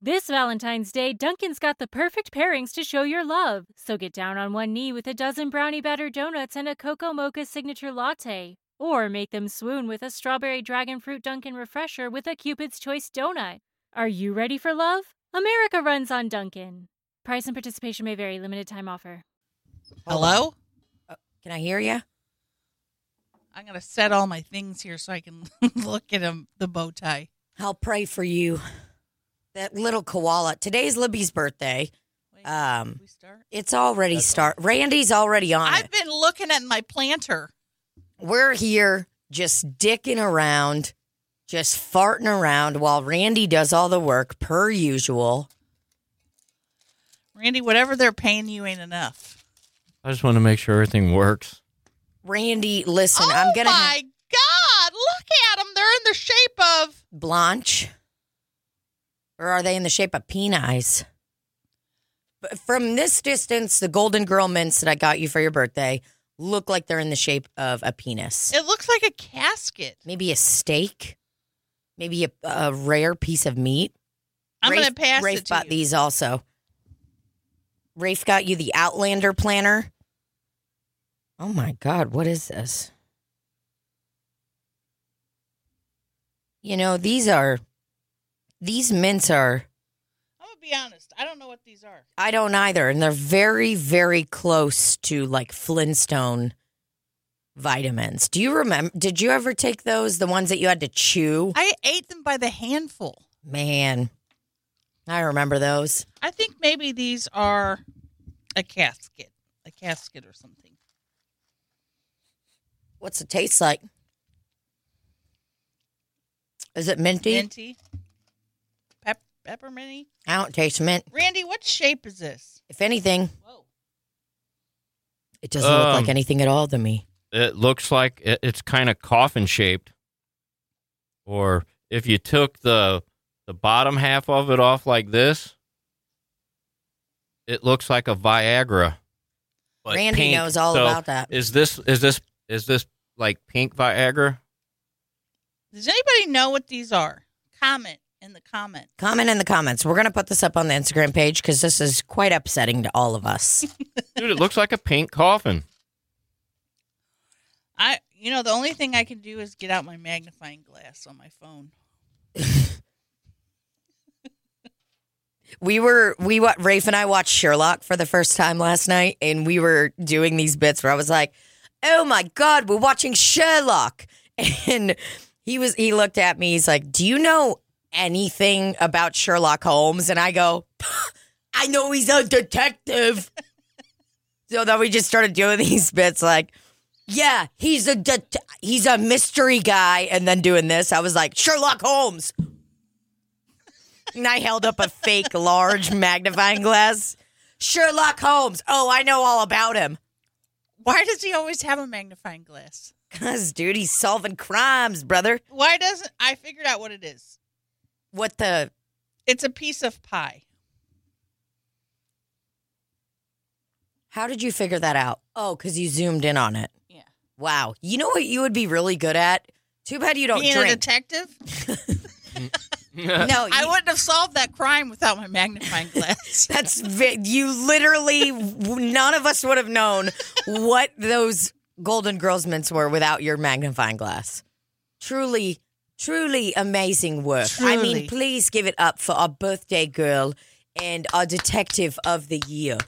This Valentine's Day, Dunkin's got the perfect pairings to show your love. So get down on one knee with a dozen brownie batter donuts and a cocoa mocha signature latte. Or make them swoon with a strawberry dragon fruit Dunkin' refresher with a Cupid's Choice donut. Are you ready for love? America runs on Dunkin'. Price and participation may vary, limited time offer. Hello? Can I hear you? I'm gonna set all my things here so I can look at 'em- the bow tie. I'll pray for you. That little koala. Today's Libby's birthday. Wait, Um, should we start? It's already start. Randy's already on I've it. been looking at my planter. We're here just dicking around, just farting around while Randy does all the work per usual. Randy, whatever they're paying you ain't enough. I just want to make sure everything works. Randy, listen, oh I'm gonna my God! Look at them. They're in the shape of. Blanche, or are they in the shape of penis? But From this distance, the Golden Girl mints that I got you for your birthday look like they're in the shape of a penis. It looks like a casket. maybe a steak, maybe a, a rare piece of meat. I'm Rafe- gonna pass Rafe it to bought you. these also. Rafe got you the Outlander planner. Oh my God, what is this? You know, these are, these mints are, I'm gonna be honest. I don't know what these are. I don't either. And they're very, very close to like Flintstone vitamins. Do you remember? Did you ever take those, the ones that you had to chew? I ate them by the handful. Man, I remember those. I think maybe these are a casket, a casket or something. What's it taste like? Is it minty? Minty, pep- pepperminty. I don't taste mint. Randy, what shape is this? If anything, Whoa. it doesn't look like Um, anything at all to me. It looks like it, it's kind of coffin shaped. Or if you took the the bottom half of it off like this, it looks like a Viagra. but Randy pink. knows all So about that. Is this is this is this like pink Viagra? Does anybody know what these are? Comment in the comment. Comment in the comments. We're going to put this up on the Instagram page because this is quite upsetting to all of us. Dude, it looks like a pink coffin. I, you know, the only thing I can do is get out my magnifying glass on my phone. we were, we, wa- Rafe and I watched Sherlock for the first time last night and we were doing these bits where I was like, oh my God, we're watching Sherlock. And he was, he looked at me, he's like, do you know anything about Sherlock Holmes? And I go, I know he's a detective. so then we just started doing these bits like, yeah, he's a det- he's a mystery guy, and then doing this, I was like Sherlock Holmes, and I held up a fake large magnifying glass. Sherlock Holmes. Oh, I know all about him. Why does he always have a magnifying glass? Cause dude, he's solving crimes, brother. Why doesn't I figured out what it is? What the? It's a piece of pie. How did you figure that out? Oh, cause you zoomed in on it. Yeah. Wow. You know what you would be really good at? Too bad you don't Being a drink. detective, no, I you- wouldn't have solved that crime without my magnifying glass. That's vi- you. Literally, w- none of us would have known what those Golden Girls mints were without your magnifying glass. Truly, truly amazing work. I mean, Truly. please give it up for our birthday girl and our detective of the year.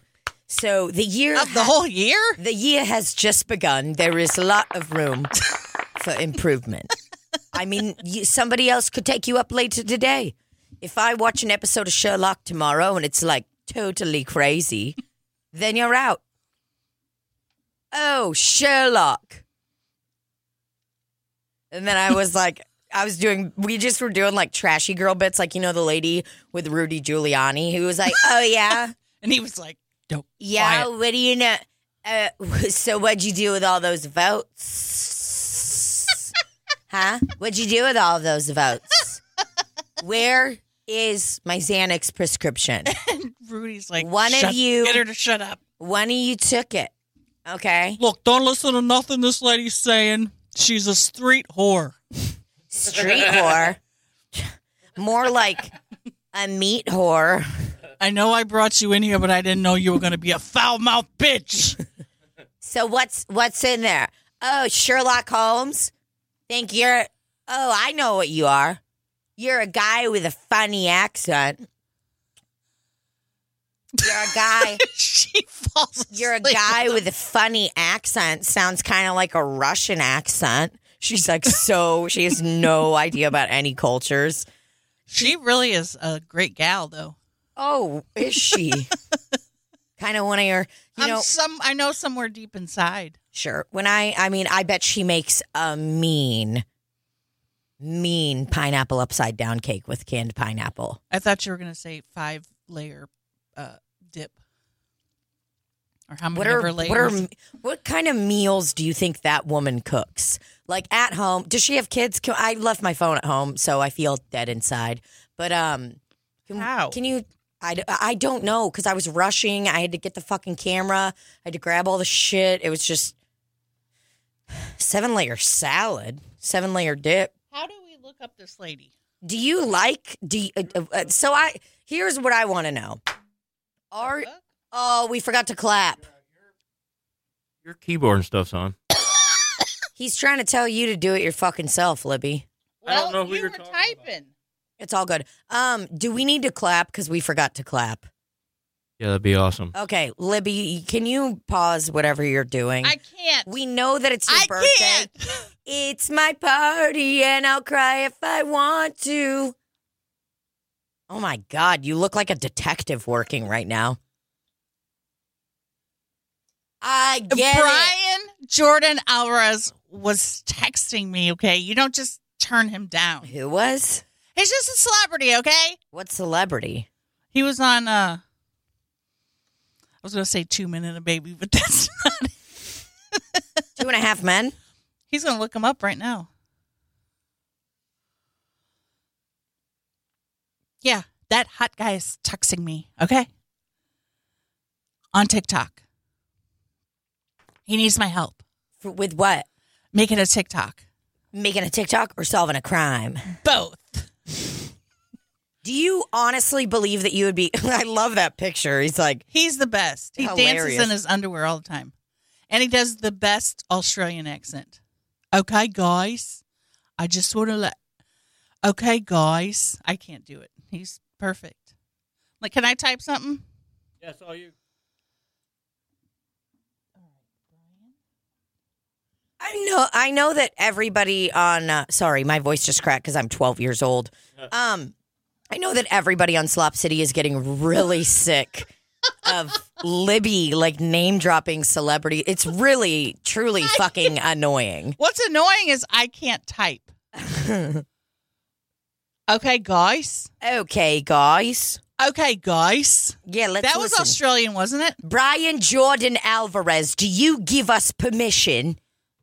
So the year of the whole year? the year has just begun. There is a lot of room for improvement. I mean, you, somebody else could take you up later today. If I watch an episode of Sherlock tomorrow and it's like totally crazy, then you're out. Oh, Sherlock. And then I was like, I was doing, we just were doing like trashy girl bits, like, you know, the lady with Rudy Giuliani who was like, oh, yeah. And he was like, "Don't." Yeah, quiet. what do you know? Uh, so what'd you do with all those votes? huh? What'd you do with all those votes? Where is my Xanax prescription? And Rudy's like, One of "Shut- you- get her to shut up." One of you took it. Okay. Look, don't listen to nothing this lady's saying. She's a street whore. Street whore. More like a meat whore. I know I brought you in here, but I didn't know you were going to be a foul mouthed bitch. So what's what's in there? Oh, Sherlock Holmes. Think you're? Oh, I know what you are. You're a guy with a funny accent. You're a guy. she falls. Asleep. You're a guy with a funny accent. Sounds kind of like a Russian accent. She's like so. She has no idea about any cultures. She really is a great gal, though. Oh, is she? kind of one of your, you I'm know, some. I know somewhere deep inside. sure. When I, I mean, I bet she makes a mean, mean pineapple upside down cake with canned pineapple. I thought you were going to say five layer uh, dip, or how many What are, layers? what are, what kind of meals do you think that woman cooks? Like at home, does she have kids? Can, I left my phone at home, so I feel dead inside. But, um, can, How? can you, I, d- I don't know because I was rushing. I had to get the fucking camera. I had to grab all the shit. It was just seven layer salad, seven layer dip. how do we look up this lady? Do you like? Do you, uh, uh, uh, so? I here's what I want to know. Are Look. oh we forgot to clap. Your keyboard and stuff's on. He's trying to tell you to do it your fucking self, Libby. I don't know who you you're were talking about. typing. It's all good. Um, do we need to clap because we forgot to clap? Yeah, that'd be awesome. Okay, Libby, can you pause whatever you're doing? I can't. we know that it's your I birthday. can't. It's my party and I'll cry if I want to. Oh my God, you look like a detective working right now. I get it. Uh, Brian Jordan Alvarez was texting me. Okay, you don't just turn him down. Who was? He's just a celebrity. Okay, What celebrity? he was on. uh I was going to say two men and a baby, but that's not. Two and a half men? He's going to look him up right now. Yeah, that hot guy is texting me. Okay, on TikTok. He needs my help. For, with what? Make it a TikTok. Making a TikTok or solving a crime? Both. Do you honestly believe that you would be? I love that picture. He's like, He's the best. He dances Hilarious. in his underwear all the time. And he does the best Australian accent. Okay, guys. I just want to let. Okay, guys. I can't do it. He's perfect. Like, can I type something? Yes, all you. I know, I know that everybody on. Uh, sorry, my voice just cracked because I'm 12 years old. Um, I know that everybody on Slop City is getting really sick of Libby like name dropping celebrity. It's really, truly fucking annoying. What's annoying is I can't type. Okay, guys. okay, guys. Okay, guys. Yeah, let's. That was listen. Australian, wasn't it? Brian Jordan Alvarez. Do you give us permission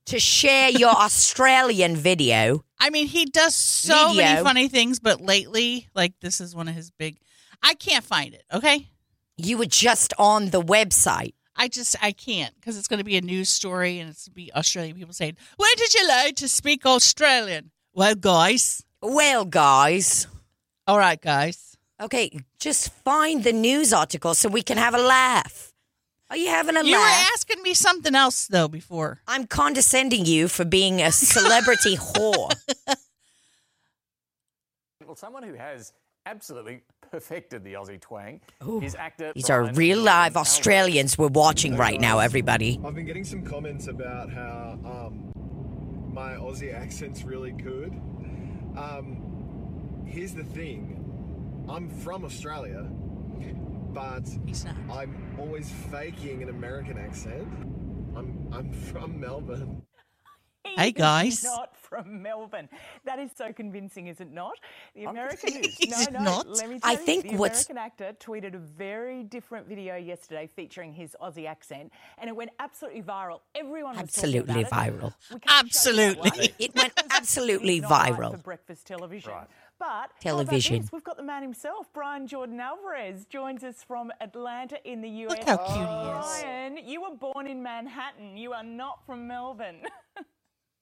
to share your Australian video? I mean, he does so many Video. funny things, but lately, like, this is one of his big. I can't find it. Okay. You were just on the website. I just I can't because it's going to be a news story and it's going to be Australian people saying, "When did you learn to speak Australian?" Well, guys, Well, guys. all right, guys. Okay, just find the news article so we can have a laugh. Are you having a You were laugh? asking me something else though before. I'm condescending you for being a celebrity whore. Well, someone who has absolutely perfected the Aussie twang Ooh, is actor. These are Brian real live Jordan Alvarez. Australians we're watching right now, everybody. I've been getting some comments about how um, my Aussie accent's really good. Um, here's the thing I'm from Australia, but He's not. I'm always faking an American accent. I'm, I'm from Melbourne. Hey, guys. He's not from Melbourne. That is so convincing, is it not? The I'm American confused. no, Is it no, not? Let me tell I you, think the what's- American actor tweeted a very different video yesterday featuring his Aussie accent, and it went absolutely viral. Everyone was talking about Absolutely it. viral. We can't show you that Absolutely. one. It went absolutely It's not right for viral. breakfast television. Right. But how about Television. this? We've got the man himself, Brian Jordan Alvarez, joins us from Atlanta in the US. Look how cute he is. Brian, you were born in Manhattan. You are not from Melbourne.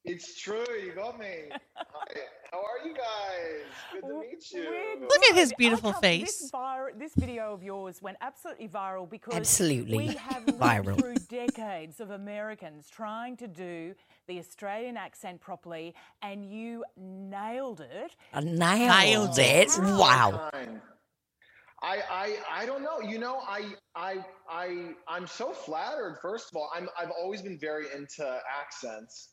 It's true, you got me. Hi, How are you guys? Good to meet you. Look at his Our beautiful company- This, face. vir- this video of yours went absolutely viral because Absolutely we have lived viral. through decades of Americans trying to do the Australian accent properly, and you nailed it. I nailed, Nailed it. You're so Wow. kind. I, I I don't know. You know, I I I I'm so flattered. First of all, I'm I've always been very into accents,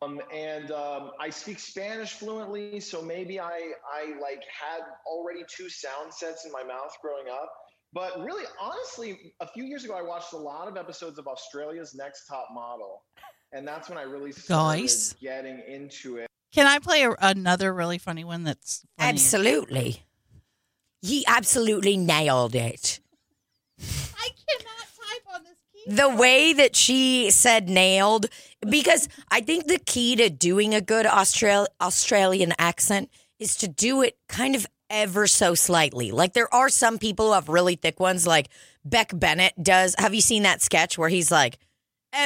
um, and um, I speak Spanish fluently. So maybe I I like had already two sound sets in my mouth growing up. But really, honestly, a few years ago, I watched a lot of episodes of Australia's Next Top Model, and that's when I really started Guys. getting into it. Can I play a, another really funny one that's funny? Absolutely. He absolutely nailed it. I cannot type on this key. The way that she said nailed, because I think the key to doing a good Austral- Australian accent is to do it kind of ever so slightly. Like there are some people who have really thick ones, like Beck Bennett does. Have you seen that sketch where he's like,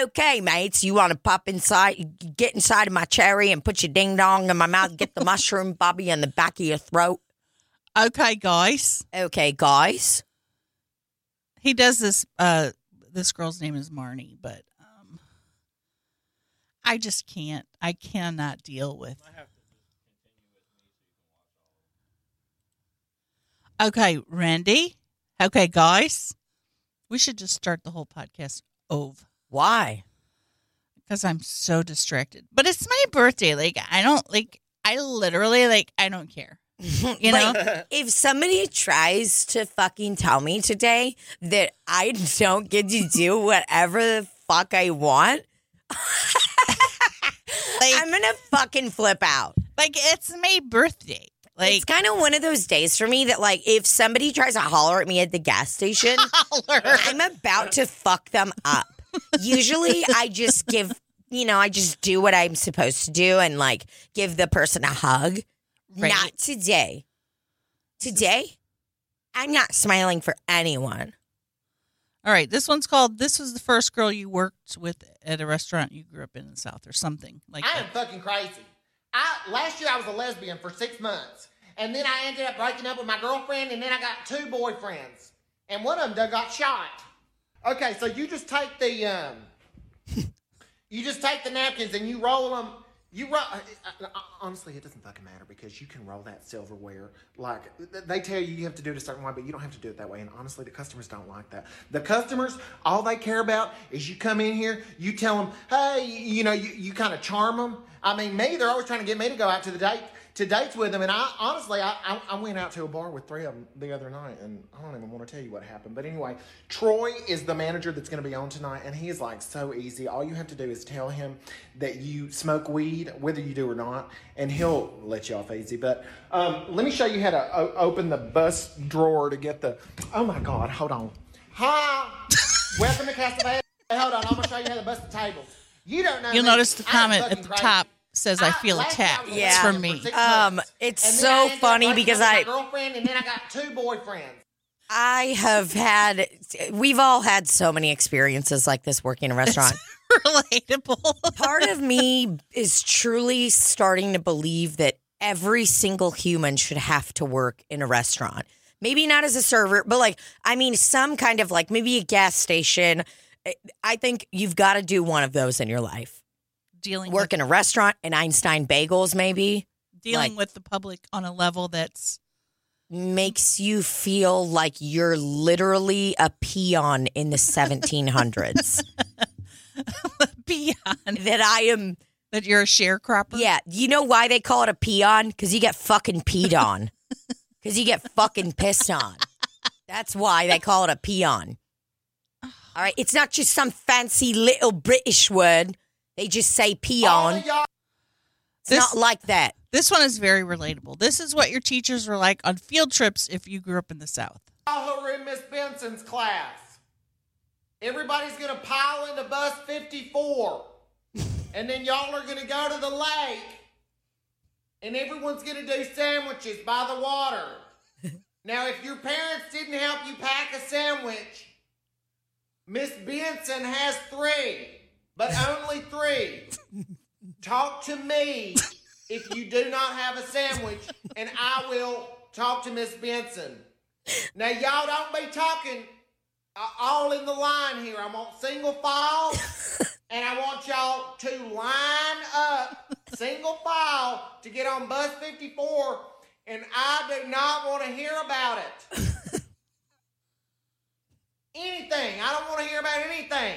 Okay, mates, you want to pop inside, get inside of my cherry and put your ding dong in my mouth, get the mushroom, Bobby, in the back of your throat. Okay, guys. Okay, guys. He does this. Uh, this girl's name is Marnie, but um, I just can't. I cannot deal with. Okay, Randy. Okay, guys. We should just start the whole podcast over. Why? because I'm so distracted. But it's my birthday. Like I don't like. I literally like. I don't care. You know. Like, if somebody tries to fucking tell me today that I don't get to do whatever the fuck I want, like, I'm gonna fucking flip out. like it's my birthday. Like it's kind of one of those days for me that, like, if somebody tries to holler at me at the gas station, holler. I'm about to fuck them up. Usually, I just give, you know, I just do what I'm supposed to do and, like, give the person a hug. Right. Not today. Today, I'm not smiling for anyone. All right. This one's called. This was the first girl you worked with at a restaurant you grew up in the South or something like. I that. am fucking crazy. I last year I was a lesbian for six months, and then I ended up breaking up with my girlfriend, and then I got two boyfriends, and one of them done got shot. Okay, so you just take the um, you just take the napkins and you roll them. You roll. uh, Honestly, it doesn't fucking matter because you can roll that silverware. Like th- they tell you, you have to do it a certain way, but you don't have to do it that way. And honestly, the customers don't like that. The customers, all they care about is you come in here, you tell them, hey, you know, you, you kind of charm them. I mean, me, they're always trying to get me to go out to the date to dates with them. And I honestly, I, I, I went out to a bar with three of them the other night, and I don't even want to tell you what happened. But anyway, Troy is the manager that's going to be on tonight, and he is like so easy. All you have to do is tell him that you smoke weed, whether you do or not, and he'll let you off easy. But um, let me show you how to o- open the bus drawer to get the. Oh my God, hold on. Hi, welcome to Castlevania. Hey, hold on, I'm gonna show you how to bust the table. You don't know. You'll me. notice the I'm comment fucking at the crazy. top says, "I feel last attacked." time I was It's with for him me. six Um, months. it's And then so I ended up funny breaking because up with I- my girlfriend, and then I got two boyfriends. I have had, we've all had so many experiences like this working in a restaurant. Relatable. Part of me is truly starting to believe that every single human should have to work in a restaurant. Maybe not as a server, but like, I mean, some kind of like maybe a gas station. I- I think you've got to do one of those in your life. dealing Work in a restaurant and Einstein bagels maybe with, dealing like- with the public on a level that's makes you feel like you're literally a peon in the 1700s. beyond that I am. that you're a sharecropper. Yeah, you know why they call it a peon? Because you get fucking peed on. Because you get fucking pissed on. That's why they call it a peon. All right, it's not just some fancy little British word. They just say All peon. Oh, of y'all- It's This- not like that. This one is very relatable. This is what your teachers were like on field trips if you grew up in the South. y'all who are in Miss Benson's class. Everybody's gonna pile into bus 54, and then y'all are gonna go to the lake, and everyone's gonna do sandwiches by the water. now, if your parents didn't help you pack a sandwich, Miss Benson has three, but only three. Talk to me if you do not have a sandwich, and I will talk to Miss Benson. Now, y'all don't be talking uh, all in the line here. I want single file, and I want y'all to line up single file to get on bus 54, and I do not want to hear about it. anything. I don't want to hear about anything.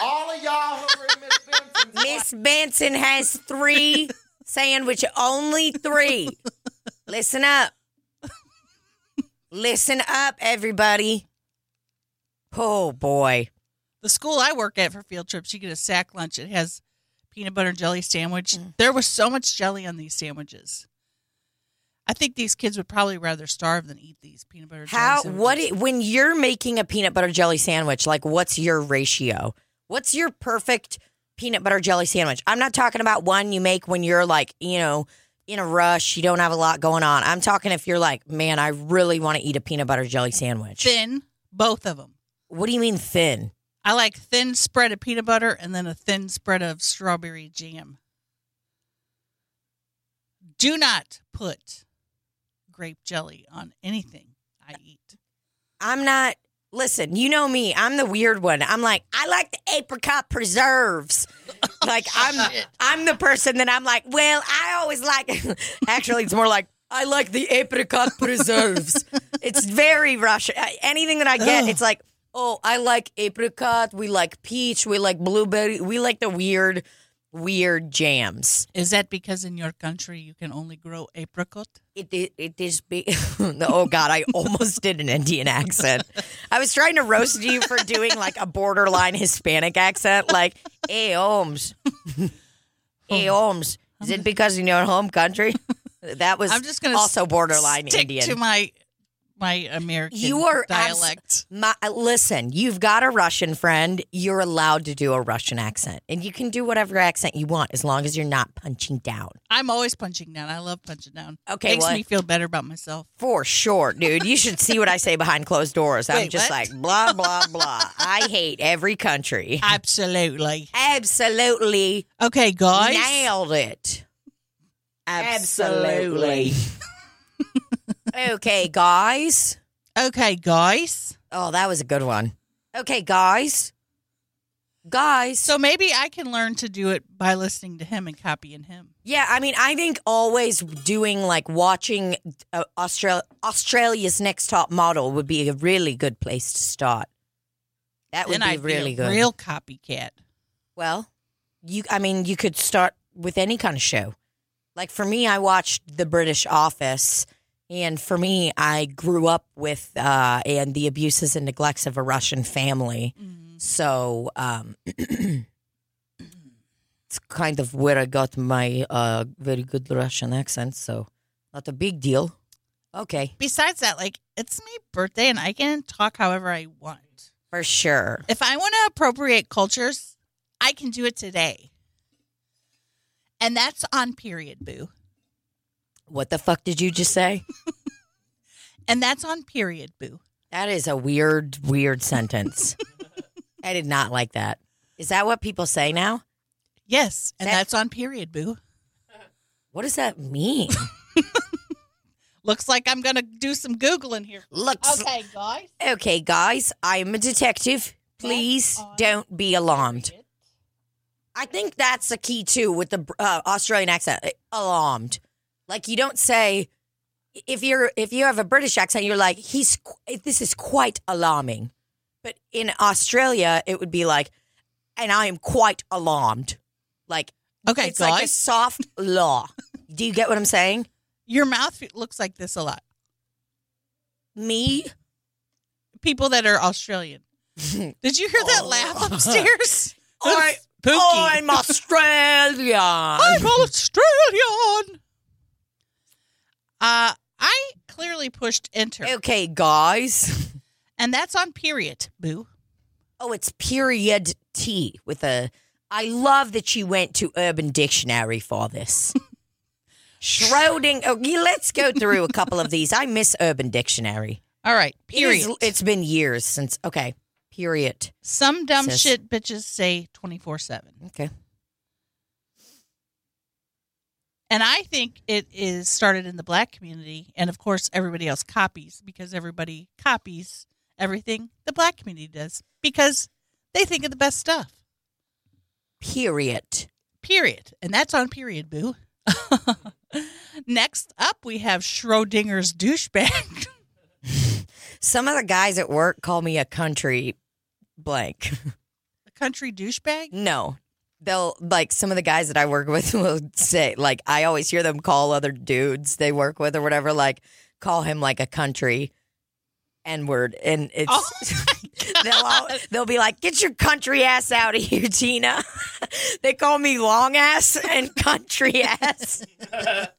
All of y'all who are in Miss Benson's line- Miss Benson has three sandwich, only three. Listen up. Listen up, everybody. Oh boy. The school I work at for field trips, you get a sack lunch. It has peanut butter and jelly sandwich. Mm. There was so much jelly on these sandwiches. I think these kids would probably rather starve than eat these peanut butter. How Jelly what sandwiches. it, when you're making a peanut butter jelly sandwich, like what's your ratio? What's your perfect peanut butter jelly sandwich? I'm not talking about one you make when you're like, you know, in a rush, you don't have a lot going on. I'm talking if you're like, man, I really want to eat a peanut butter jelly sandwich. thin? Both of them. What do you mean thin? I like thin spread of peanut butter and then a thin spread of strawberry jam. Do not put grape jelly on anything I eat. I'm not. Listen, you know me. I'm the weird one. I'm like, I like the apricot preserves. like I'm, I'm the person that I'm like. Well, I always like. actually, it's more like I like the apricot preserves. it's very Russian. I- Anything that I get, it's like, oh, I like apricot. We like peach. We like blueberry. We like the weird, weird jams. Is that because in your country you can only grow apricot? It, it, it is big. no, oh God, I almost did an Indian accent. I was trying to roast you for doing like a borderline Hispanic accent, like "Hey Holmes, hey Holmes." Is it because in your home country? That was I'm just going to also borderline stick Indian. to my my American you are abs- dialect. my, listen, you've got a Russian friend. You're allowed to do a Russian accent, and you can do whatever accent you want as long as you're not punching down. I'm always punching down. I love punching down. Okay, makes well- me feel better about myself. For sure, dude. You should see what I say behind closed doors. I'm Wait, just what? like, blah, blah, blah. I hate every country. Absolutely. Absolutely Okay, guys. nailed it. Absolutely. okay, guys. Okay, guys. Oh, that was a good one. Okay, guys. Guys. So maybe I can learn to do it by listening to him and copying him. Yeah, I mean, I think always doing like watching uh, Austral- Australia's Next Top Model would be a really good place to start. That would then be I'd really be a good. real copycat. Well, you I mean you could start with any kind of show. Like for me I watched The British Office and for me I grew up with uh and the abuses and neglects of a Russian family. So um it's kind of where I got my uh very good Russian accent, so not a big deal. Okay, Besides that, like it's my birthday and I can talk however I want. for sure. If I want to appropriate cultures, I can do it today. And that's on period, boo. What the fuck did you just say? And that's on period, boo. That is a weird, weird sentence. I did not like that. Is that what people say now? Yes, and That- that's on period, boo. What does that mean? Looks like I'm going to do some Googling here. Looks Okay, guys. okay, guys. I'm a detective. Please on don't be alarmed. I think that's the key too with the uh, Australian accent. eh, Alarmed, like you don't say if you're if you have a British accent, you're like he's qu- this is quite alarming. But in Australia, it would be like, and I am quite alarmed. Like Okay, it's guys. like a soft law. Do you get what I'm saying? Your mouth looks like this a lot. Me? People that are Australian. Did you hear that laugh upstairs? Oh. I, Pookie. I'm Australian. I'm Australian. Uh, I clearly pushed enter, okay, guys. and that's on period, boo. Oh, it's period T with a. I love that you went to Urban Dictionary for this. Schroding. Okay, let's go through a couple of these. I miss Urban Dictionary. All right, It is- period. it's been years since. Okay, period. Some dumb Sis. shit bitches say 24 7. Okay. And I think it is started in the black community. And of course, everybody else copies because everybody copies everything the black community does because they think of the best stuff, Period. period. And that's on period, boo. Next up, we have Schrodinger's douchebag. Some of the guys at work call me a country blank. the country douchebag? No. They'll like some of the guys that I work with will say like I always hear them call other dudes they work with or whatever like call him like a country n word and it's Oh my they'll all, they'll be like get your country ass out of here Tina. they call me long ass and country ass.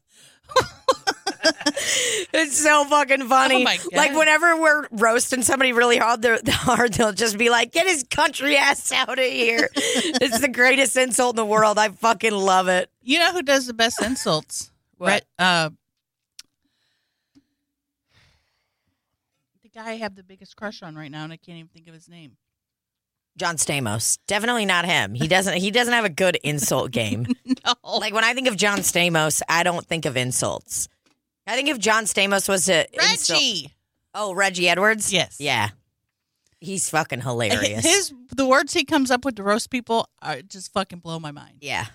it's so fucking funny. Oh my God. Like whenever we're roasting somebody really hard, they're, hard they'll just be like, "Get his country ass out of here." it's the greatest insult in the world. I fucking love it. You know who does the best insults? What? Re- uh, the guy I have the biggest crush on right now, and I can't even think of his name. John Stamos, definitely not him. He doesn't. He doesn't have a good insult game. No. like when I think of John Stamos, I don't think of insults. I think if John Stamos was to insult- Reggie. oh Reggie Edwards, Yes. yeah, he's fucking hilarious. His the words he comes up with to roast people are just fucking blow my mind. yeah.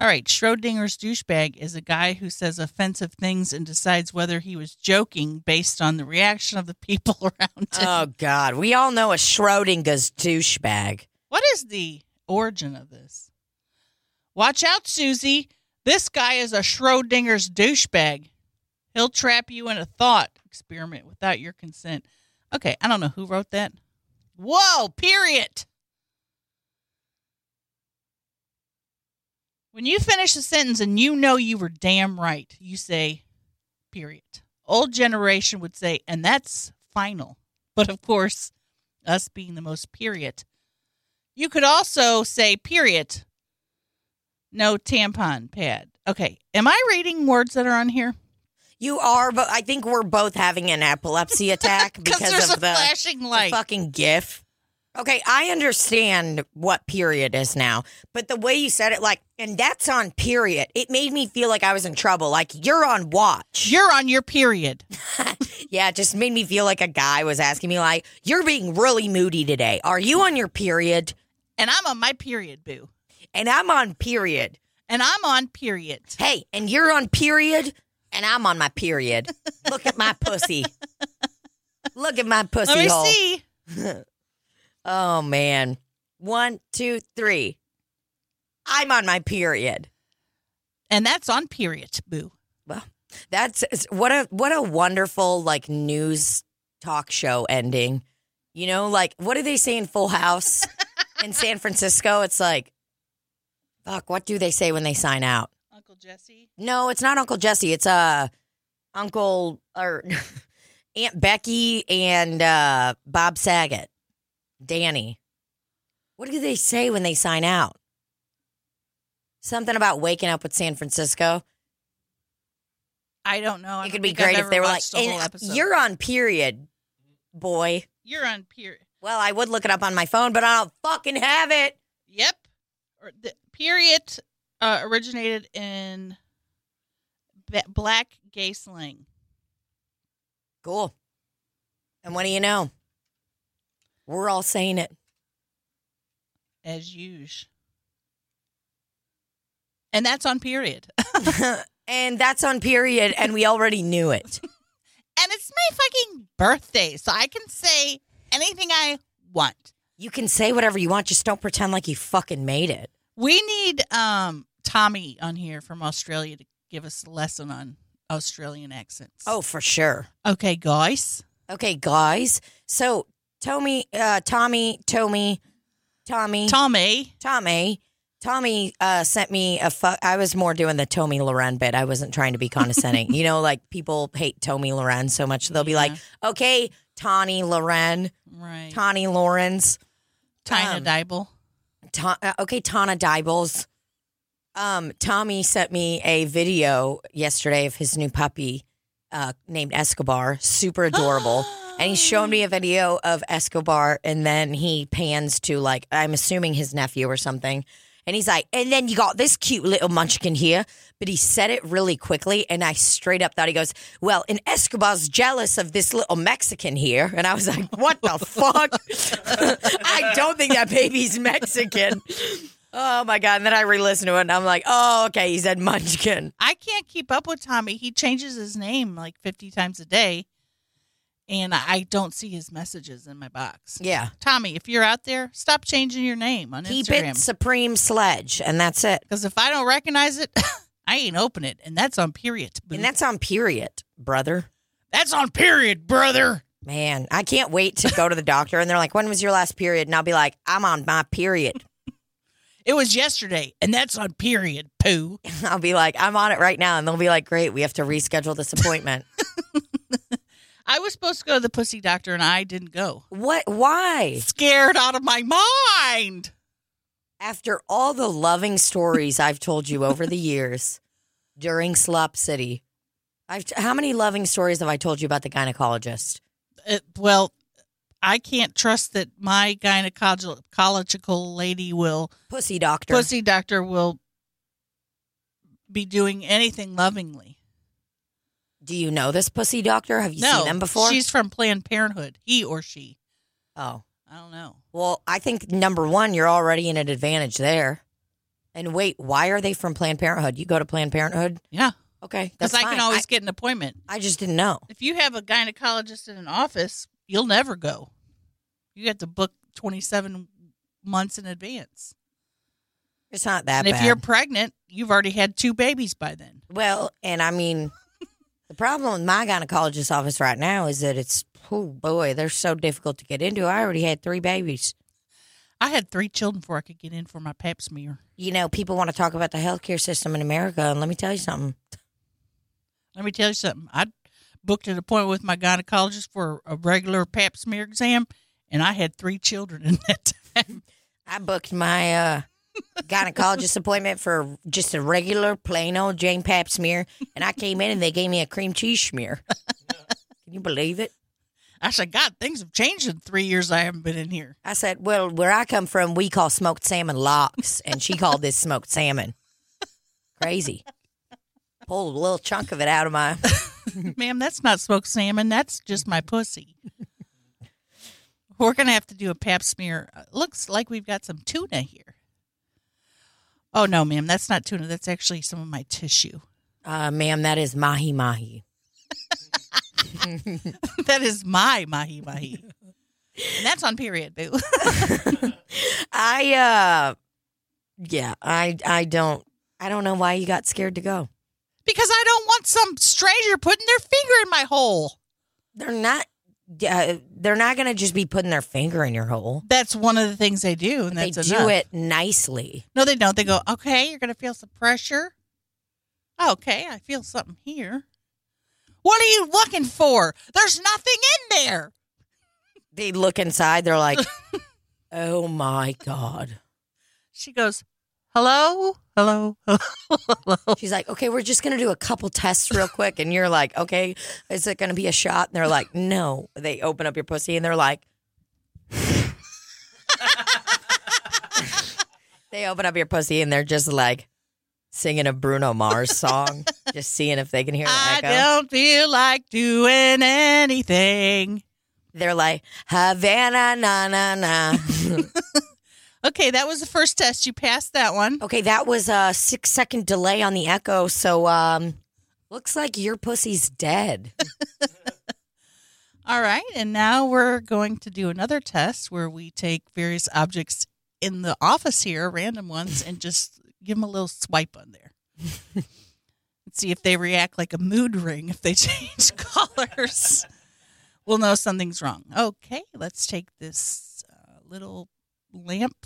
All right, Schrodinger's douchebag is a guy who says offensive things and decides whether he was joking based on the reaction of the people around him. Oh God, we all know a Schrodinger's douchebag. What is the origin of this? Watch out, Susie. This guy is a Schrodinger's douchebag. He'll trap you in a thought experiment without your consent. Okay, I don't know who wrote that. Whoa, period. When you finish a sentence and you know you were damn right, you say, period. Old generation would say, and that's final. But of course, us being the most period, you could also say period. No tampon pad. Okay. Am I reading words that are on here? You are, but I think we're both having an epilepsy attack Because because there's of a the, flashing the light. fucking GIF. Okay, I understand what period is now, but the way you said it, like, and that's on period, it made me feel like I was in trouble. Like, you're on watch. You're on your period. yeah, it just made me feel like a guy was asking me, like, you're being really moody today. Are you on your period? And I'm on my period, boo. And I'm on period. And I'm on period. Hey, and you're on period, and I'm on my period. Look at my pussy. Look at my pussy Let me hole. see. Oh man. One, two, three. I'm on my period. And that's on period, boo. Well, that's what a what a wonderful like news talk show ending. You know, like what do they say in Full House in San Francisco? It's like, fuck, what do they say when they sign out? Uncle Jesse. No, it's not Uncle Jesse. It's uh Uncle or Aunt Becky and uh Bob Saget. Danny. What do they say when they sign out? Something about waking up with San Francisco. I don't know. it I don't could be think I've great if ever they were like, watched the whole "And episode. "You're on period, boy." you're on period. Well, I would look it up on my phone, but I don't fucking have it. Yep. Or the period uh, originated in ba- black gay slang. Cool. And what do you know? We're all saying it. as usual. And that's on period. and that's on period and we already knew it. And it's my fucking birthday, so I can say anything I want. You can say whatever you want, just don't pretend like you fucking made it. We need um Tommy on here from Australia to give us a lesson on Australian accents. Oh, for sure. okay, guys. Okay, guys. So, Tommy, uh, Tommy, Tommy, Tommy, Tommy. Tommy, Tommy uh, sent me a fu- I was more doing the Tommy Loren bit. I wasn't trying to be condescending. you know, like people hate Tommy Loren so much, they'll be like, okay, Tawny Loren, Right. Tawny Lawrence. Tina um, Dibel. Ta- uh, okay, Tana Dibels. Um, Tommy sent me a video yesterday of his new puppy uh, named Escobar, super adorable. and he's showing me a video of Escobar, and then he pans to like I'm assuming his nephew or something, And he's like, and then you got this cute little munchkin here. But he said it really quickly. And I straight up thought, he goes, well, and Escobar's jealous of this little Mexican here. And I was like, what the fuck? I don't think that baby's Mexican. Oh my God. And then I re listened to it and I'm like, oh, okay. He said munchkin. I can't keep up with Tommy. He changes his name like 50 times a day, and I don't see his messages in my box. Yeah. Tommy, if you're out there, stop changing your name on Keep it Instagram. Supreme Sledge. And that's it. Because if I don't recognize it, I ain't open it, and that's on period. boo. And that's on period, brother. that's on period, brother. Man, I can't wait to go to the doctor. And they're like, when was your last period? And I'll be like, I'm on my period. It was yesterday, and that's on period, poo. I'll be like, I'm on it right now. And they'll be like, great, we have to reschedule this appointment. I was supposed to go to the pussy doctor, and I didn't go. what? Why? Scared out of my mind. After all the loving stories I've told you over the years during Slop City, I've t- how many loving stories have I told you about the gynecologist? Uh, well, I can't trust that my gynecological lady will Pussy doctor. pussy doctor will be doing anything lovingly. Do you know this pussy doctor? Have you no, seen them before? she's from Planned Parenthood. He or she, oh. I don't know. Well, I think number one, you're already in an advantage there. And wait, why are they from Planned Parenthood? You go to Planned Parenthood? Yeah, Okay. because That's I can fine. always get an appointment. I, I just didn't know. If you have a gynecologist in an office, you'll never go. You have to book twenty seven months in advance, It's not that and if bad. you're pregnant, you've already had two babies by then. well, and I mean, the problem with my gynecologist's office right now is that it's, oh boy, they're so difficult to get into. I already had three babies. I had three children before I could get in for my pap smear. You know, people want to talk about the healthcare system in America. And let me tell you something Let me tell you something. I booked an appointment with my gynecologist for a regular pap smear exam, and I had three children in that time. I booked my uh, gynecologist appointment for just a regular plain old Jane Pap smear, and I came in and they gave me a cream cheese smear. Can you believe it? I said, God, things have changed in three years. I haven't been in here. I said, "Well, where I come from, we call smoked salmon locks, and she called this smoked salmon. Crazy. Pulled a little chunk of it out of my. Ma'am, that's not smoked salmon. That's just my pussy. We're going to have to do a pap smear. Uh, Looks like we've got some tuna here. Oh, no, ma'am. That's not tuna. That's actually some of my tissue. Uh, ma'am, that is mahi mahi. that is my mahi mahi. and that's on period, boo. I uh, yeah, I I don't I don't know why you got scared to go. because I don't want some stranger putting their finger in my hole. They're not. Uh, they're not going to just be putting their finger in your hole. That's one of the things they do, and They that's do enough. it nicely. No, they don't. They go, okay, you're gonna feel some pressure. Okay, I feel something here. What are you looking for? There's nothing in there. They look inside. They're like, "Oh my god." She goes, hello, hello, hello. She's like, "Okay, we're just gonna do a couple tests real quick," and you're like, "Okay, is it gonna be a shot?" And they're like, "No." They open up your pussy and they're like, they open up your pussy and they're just like singing a Bruno Mars song, just seeing if they can hear the I echo. don't feel like doing anything. They're like Havana na na na. Okay, that was the first test. You passed that one. Okay, that was a six second delay on the echo. So, um, looks like your pussy's dead. All right, and now we're going to do another test where we take various objects in the office here, random ones, and just give them a little swipe on there. and see if they react like a mood ring if they change colors. we'll know something's wrong. Okay, let's take this uh, little lamp.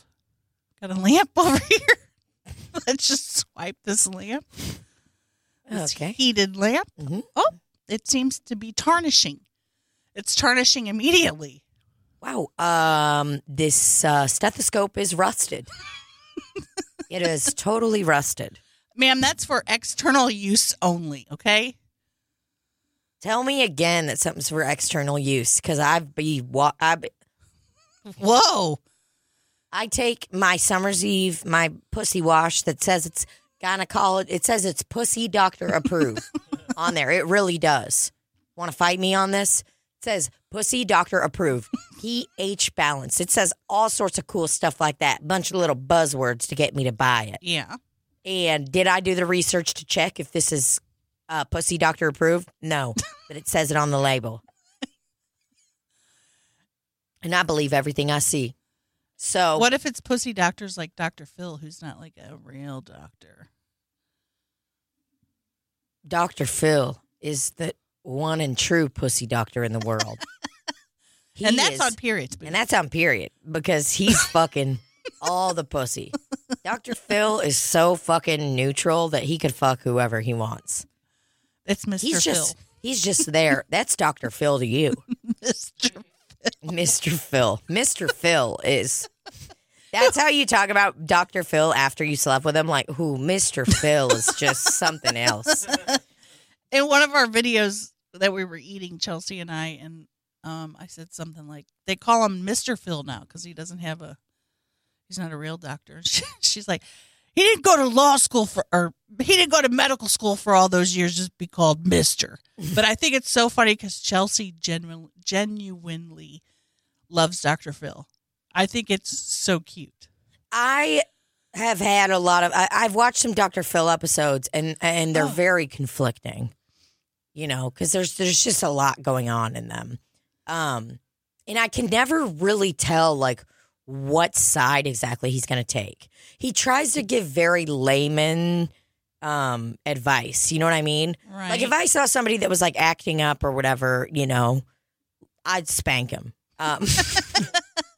Got a lamp over here. let's just swipe this lamp. This Okay. heated lamp. Mhm. Oh, it seems to be tarnishing. It's tarnishing immediately. Wow. Um, this uh, stethoscope is rusted. it is totally rusted. Ma'am, that's for external use only, okay? Tell me again that something's for external use because I've be wa- I be- Whoa. I take my summer's eve, my pussy wash that says it's gynecology. It says it's pussy doctor approved on there. It really does. Want to fight me on this? It says pussy doctor approved, pH balance. It says all sorts of cool stuff like that. Bunch of little buzzwords to get me to buy it. Yeah. And did I do the research to check if this is uh, pussy doctor approved? No, but it says it on the label. And I believe everything I see. So What if it's pussy doctors like Dr. Phil, who's not like a real doctor? Dr. Phil is the one and true pussy doctor in the world. He and that's is- on periods. boo. and that's on period because he's fucking all the pussy. Dr. Phil is so fucking neutral that he could fuck whoever he wants. it's Mr. He's Phil. just he's just there. That's Dr. Phil to you. Mr. Mr. Phil. Mr. Phil is. That's how you talk about Dr. Phil after you slept with him. Like, who? Mr. Phil is just something else. in one of our videos that we were eating, Chelsea and I, and um, I said something like, "They call him Mister Phil now because he doesn't have a, he's not a real doctor." She, she's like, "He didn't go to law school for, or he didn't go to medical school for all those years just to be called Mister." but I think it's so funny because Chelsea genuinely, genuinely loves Doctor Phil. I think it's so cute. I have had a lot of. I, I've watched some Dr. Phil episodes, and and they're Oh. very conflicting. You know, because there's there's just a lot going on in them, um, and I can never really tell like what side exactly he's going to take. He tries to give very layman um advice. You know what I mean? Right? Like if I saw somebody that was like acting up or whatever, you know, I'd spank him. Um,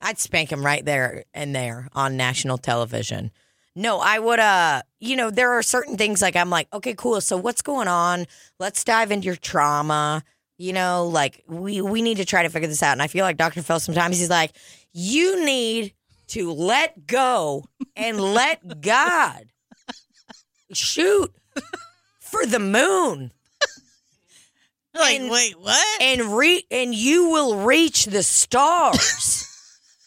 I'd spank him right there and there on national television. No, I would. Uh, you know, there are certain things like I'm like, okay, cool. So what's going on? Let's dive into your trauma. You know, like we we need to try to figure this out. And I feel like Dr. Phil sometimes he's like, you need to let go and let God shoot for the moon like, and- wait, what? and re and you will reach the stars.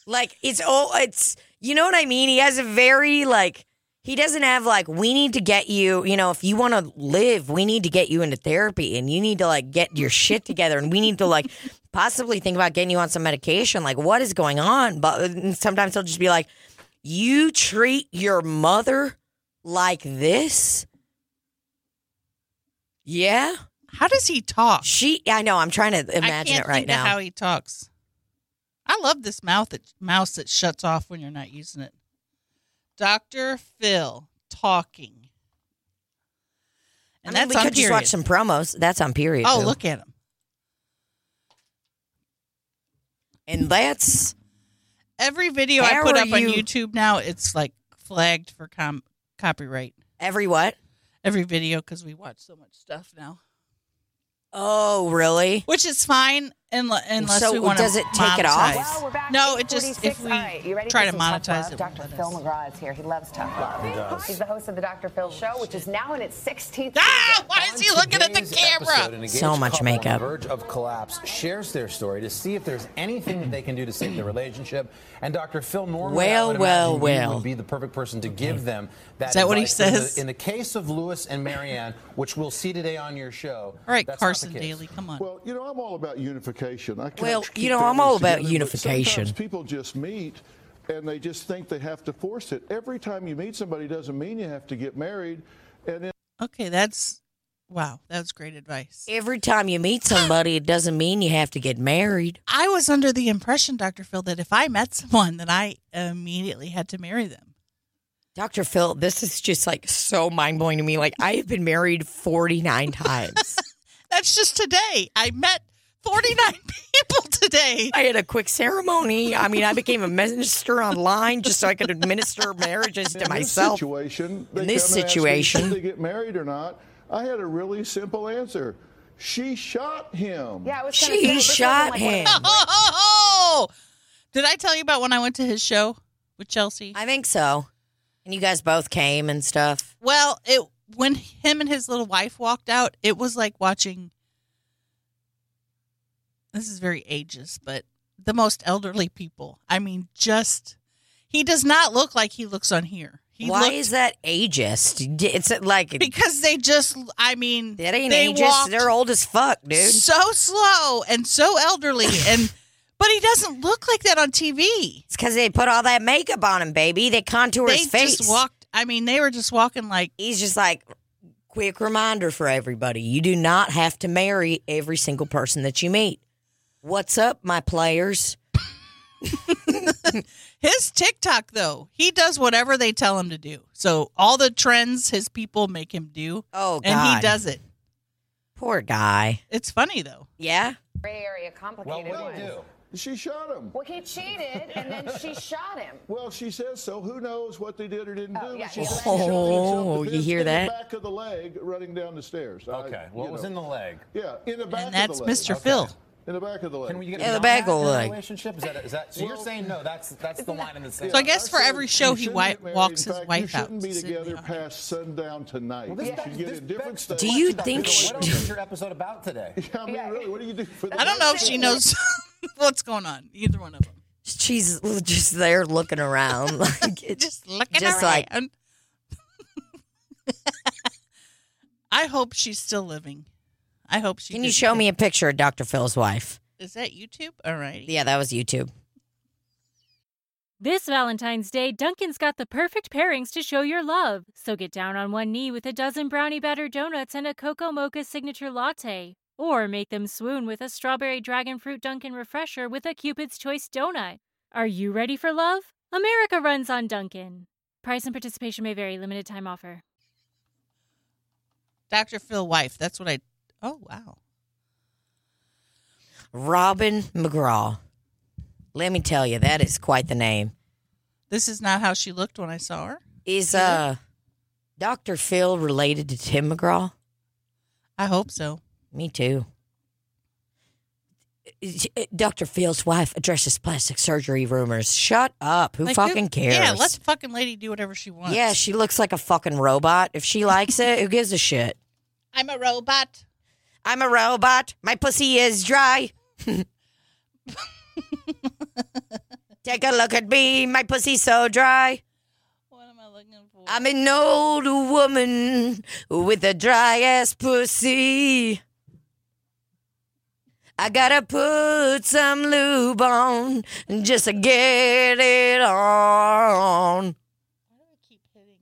like it's all it's you know what I mean? He has a very like he doesn't have like we need to get you, you know, if you want to live, we need to get you into therapy and you need to like get your shit together and we need to like possibly think about getting you on some medication. Like what is going on? But uh, and sometimes he'll just be like you treat your mother like this? Yeah. How does he talk? She, I know. I'm trying to imagine I can't it right think now. Of how he talks. I love this mouth that mouse that shuts off when you're not using it. Doctor Phil talking, I mean, and we that's on could just period. watch some promos. That's on period. oh, Boo. look at him! and that's Every video How I put are up on you- YouTube now, it's like flagged for com- copyright. every what? Every video because we watch so much stuff now, Oh, really? which is fine, unle- unless so we want to does it take it off? monetize. Well, we're back No, at it just 46. if we All right, you ready try for to some tough monetize love? it. Dr. won't let Phil us. McGraw is here. He loves tough love. He's the host of the Dr. Phil Show, which is now in its 16th Ah! season. Why is he looking at the Today's camera? episode, an So engaged much couple on the makeup. verge of collapse shares their story to see if there's anything that they can do to save their relationship. And Dr. Phil Norman, Well, well, well. would be the perfect person to give them that. Is that what he advice. But in the- says? In the, case of Lewis and Marianne, which we'll see today on your show. All right, that's not the Carson case. Daly, come on. Well, you know, I'm all about unification. I can't Well, keep you know, I'm families all about together, but unification. Sometimes people just meet and they just think they have to force it. Every time you meet somebody doesn't mean you have to get married. And then Okay, that's wow. That was great advice. Every time you meet somebody, it doesn't mean you have to get married. I was under the impression, Dr. Phil, that if I met someone, that I immediately had to marry them. Dr. Phil, this is just like so mind blowing to me. Like, I have been married 49 times. That's just today. I met 49 people today. I had a quick ceremony. I mean, I became a minister online just so I could administer marriages in to myself. this situation, In they this come and ask me, situation. did they get married or not? I had a really simple answer. She shot him. Yeah, I was She gonna say, this wasn't shot like one of him. the- Oh! Did I tell you about when I went to his show with Chelsea? I think so. And you guys both came and stuff. Well, it when him and his little wife walked out, it was like watching. This is very ageist, but the most elderly people. I mean, just he does not look like he looks on here. He Why looked- is that ageist? It's like because they just. I mean, that ain't they ageist. walked- They're old as fuck, dude. So slow and so elderly, and but he doesn't look like that on TV. It's because they put all that makeup on him, baby. They contour They his face. just walked. I mean, they were just walking like he's just like quick reminder for everybody you do not have to marry every single person that you meet what's up my players his TikTok though. He does whatever they tell him to do. So all the trends his people make him do. Oh, and he God. does it. poor guy It's funny though. yeah Gray area complicated Well, one. Will She shot him. Well, he cheated and then she shot him. Well, she says so. Who knows what they did or didn't do? Oh, yeah, but she he shot allegedly- himself Oh, to you bits hear in the that? back of the leg running down the stairs. Okay, what was in the leg? Yeah, in the back that's of the leg. Mr. Phil. In the back of the leg. Can we get Yeah, a the back non-act will in a like- relationship? Is that, is that so? you're saying no? That's that's the line in the sand. So I guess for every show he wi- walks his you wife out. shouldn't be Sit in the together past sundown tonight. Well, this you back- should get this a different back- stage. Do you Dr. think Phil, she- What else is your episode about today? Yeah, I mean, really, what do you do for the I don't know if she knows what's going on. Either one of them. she's just there looking around like it's Just looking Just around. like- I hope she's still living. I hope she. can you didn't show get- me a picture of dr phil's wife Is that YouTube? All right. yeah that was youtube This Valentine's Day, Dunkin's got the perfect pairings to show your love. So get down on one knee with a dozen brownie batter donuts and a cocoa mocha signature latte. Or make them swoon with a strawberry dragon fruit Dunkin' refresher with a Cupid's Choice donut. Are you ready for love? America runs on Dunkin'. Price and participation may vary, limited time offer. Dr. Phil wife. That's what I. Oh wow. robin mcgraw let me tell you that is quite the name This is not how she looked when I saw her. is uh dr phil related to tim mcgraw I hope so. Me too. Is- Dr. Phil's wife addresses plastic surgery rumors. Shut up. Who Like, fucking cares? Yeah, let the fucking lady do whatever she wants. Yeah, she looks like a fucking robot. If she likes it, who gives a shit? I'm a robot. I'm a robot. My pussy is dry. Take a look at me. My pussy's so dry. What am I looking for? I'm an old woman with a dry ass pussy. I gotta put some lube on just to get it on. Why do I keep hitting?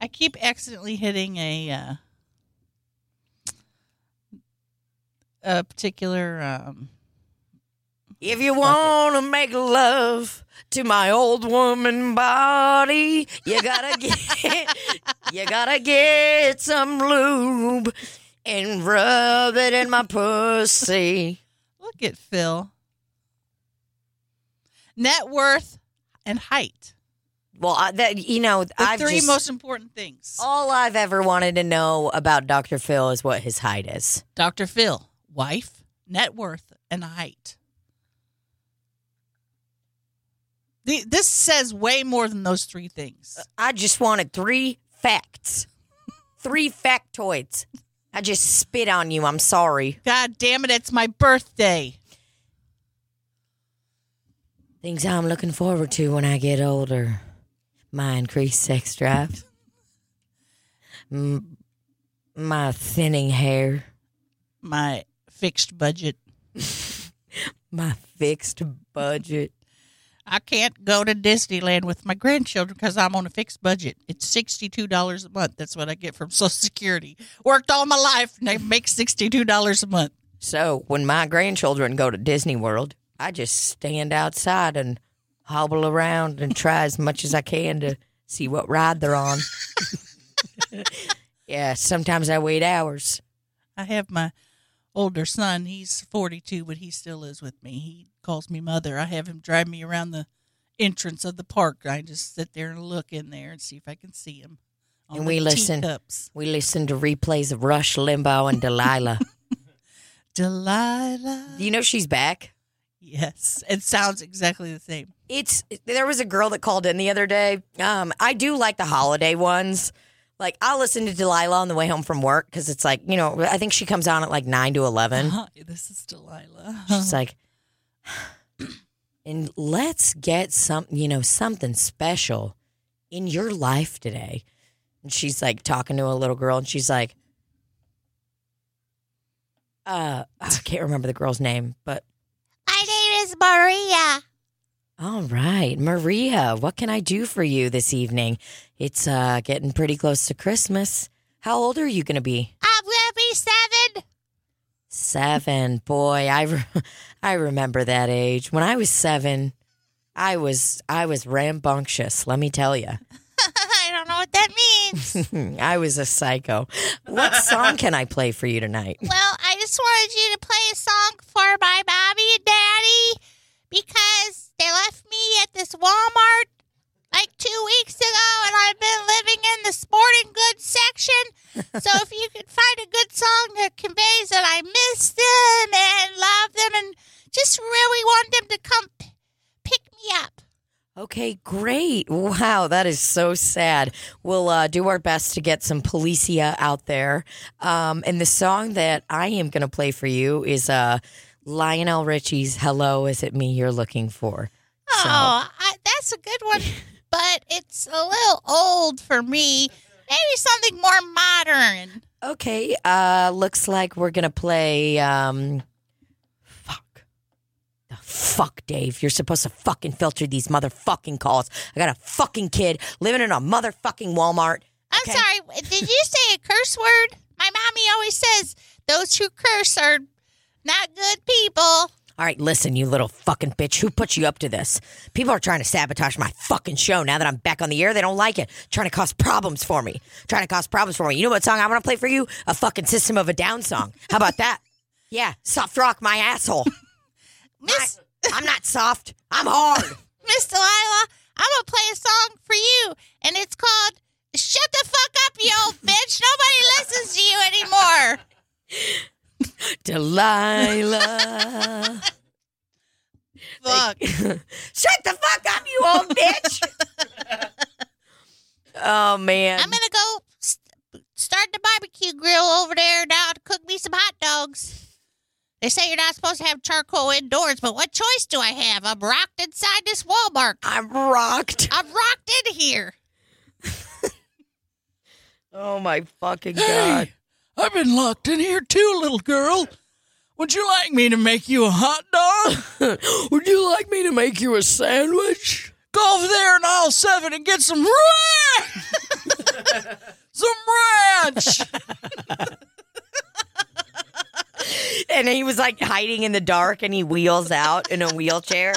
I keep accidentally hitting a uh, a particular. Um, If you wanna make love to my old woman body, you gotta get you gotta get some lube and rub it in my pussy. look at Phil. Net worth and height. Well, I, that you know, The I've three just- most important things. All I've ever wanted to know about Dr. Phil is what his height is. Dr. Phil, wife, net worth, and height. The, this says way more than those three things. I just wanted three facts, three factoids. I just spit on you. I'm sorry. God damn it, it's my birthday. Things I'm looking forward to when I get older my increased sex drive, M- my thinning hair, My fixed budget. my fixed budget. I can't go to Disneyland with my grandchildren because I'm on a fixed budget. It's $62 a month. That's what I get from Social Security. Worked all my life and I make $62 a month. So when my grandchildren go to Disney World, I just stand outside and hobble around and try as much as I can to see what ride they're on. yeah, sometimes I wait hours. I have my older son. He's 42, but he still lives with me. He calls me mother. I have him drive me around the entrance of the park. I just sit there and look in there and see if I can see him. on And the we listen. Teacups. We listen to replays of Rush Limbaugh and Delilah. Delilah. you know she's back. Yes. It sounds exactly the same. It's there was a girl that called in the other day. Um, I do like the holiday ones. Like I'll listen to Delilah on the way home from work because it's like you know I think she comes on at like nine to eleven. this is Delilah. She's like, and let's get some you know something special in your life today. And she's like talking to a little girl, and she's like, uh, I can't remember the girl's name, but My name is Maria. All right, Maria, what can I do for you this evening? It's uh getting pretty close to Christmas. How old are you going to be? I'm gonna be seven. 7. Boy, I re- I remember that age. When I was 7, I was I was rambunctious, let me tell you. I don't know what that means. I was a psycho. What song can I play for you tonight? well, I just wanted you to play a song for my mommy and daddy because they left me at this Walmart like two weeks ago, and I've been living in the sporting goods section. so if you could find a good song that conveys that I miss them and love them, and just really want them to come p- pick me up. Okay, great. Wow, that is so sad. We'll uh, do our best to get some Policia out there. Um, and the song that I am going to play for you is uh, Lionel Richie's Hello, Is It Me You're Looking For? So- Oh, I, that's a good one, but it's a little old for me. Maybe something more modern. Okay, uh, looks like we're going to play. Um, fuck. The fuck, Dave. You're supposed to fucking filter these motherfucking calls. I got a fucking kid living in a motherfucking Walmart. I'm sorry. w- Did you say a curse word? My mommy always says those who curse are not good people. All right, listen, you little fucking bitch. Who put you up to this? People are trying to sabotage my fucking show now that I'm back on the air. They don't like it. Trying to cause problems for me. Trying to cause problems for me. You know what song I want to play for you? A fucking System of a Down song. How about that? Yeah, soft rock my asshole. Miss, I'm not soft. I'm hard. Miss Delilah, I'm gonna play a song for you, and it's called "Shut the Fuck Up, You Old Bitch." Nobody listens to you anymore. Delilah. Fuck. Shut the fuck up, you old bitch. oh, man. I'm gonna go st- start the barbecue grill over there now to cook me some hot dogs. They say you're not supposed to have charcoal indoors, but what choice do I have? I'm rocked inside this Walmart. I'm rocked. I'm rocked in here. Oh, my fucking Hey, I've been locked in here too, little girl. Would you like me to make you a hot dog? Would you like me to make you a sandwich? Go over there in aisle seven and get some ranch. some ranch. And he was like hiding in the dark and he wheels out in a wheelchair.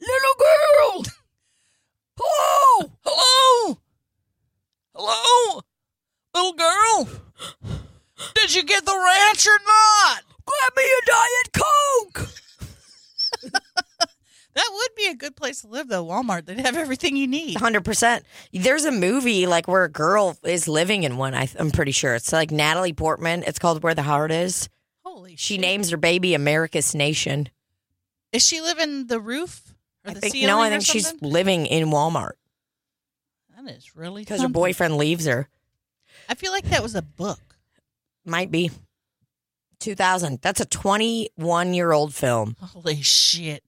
Little girl. Hello, hello, hello, little girl. Did you get the ranch or not? Grab me a diet coke. that would be a good place to live, though. Walmart, they'd have everything you need. 100%. There's a movie like where a girl is living in one, I, I'm pretty sure. It's like Natalie Portman. It's called Where the Heart Is. Holy She names her baby America's Nation. Is she living the roof or the I think, ceiling? no, I or think she's something? living in Walmart That is really because her something. boyfriend leaves her. I feel like that was a book. Might be 2000. That's a 21 year old film, Holy shit!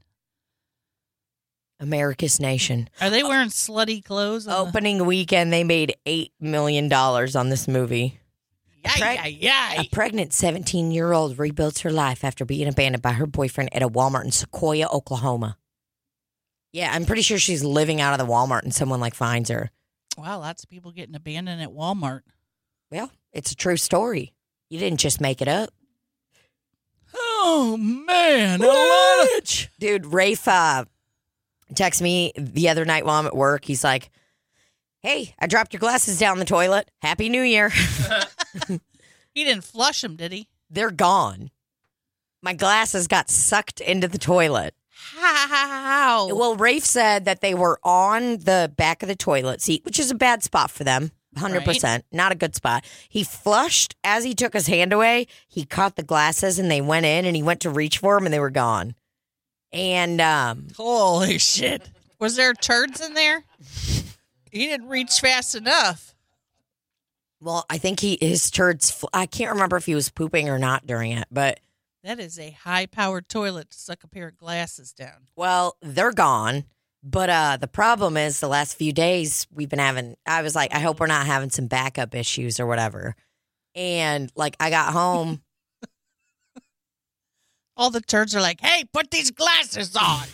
America's Nation. Are they wearing slutty clothes? on the- Opening weekend, they made $8 million on this movie. Yay, yay, A yay. pregnant 17 year old rebuilds her life after being abandoned by her boyfriend at a Walmart in Sequoia, Oklahoma. Yeah, I'm pretty sure she's living out of the Walmart and someone like finds her. Wow, lots of people getting abandoned at Walmart. Well, it's a true story. You didn't just make it up. Oh man, Dude, Rafe uh, texted me the other night while I'm at work. He's like, Hey, I dropped your glasses down the toilet. Happy New Year. he didn't flush them, did he? They're gone. My glasses got sucked into the toilet. How? Oh. Well, Rafe said that they were on the back of the toilet seat, which is a bad spot for them. 100%. Not a good spot. He flushed as he took his hand away. He caught the glasses and they went in and he went to reach for them and they were gone. And um Holy shit. Was there turds in there? He didn't reach fast enough. Well, I think he his turds. fl- I can't remember if he was pooping or not during it, but That is a high powered toilet to suck a pair of glasses down. well, they're gone. But uh the problem is the last few days we've been having. I was like, I hope we're not having some backup issues or whatever. And like, I got home. All the turds are like, hey, put these glasses on.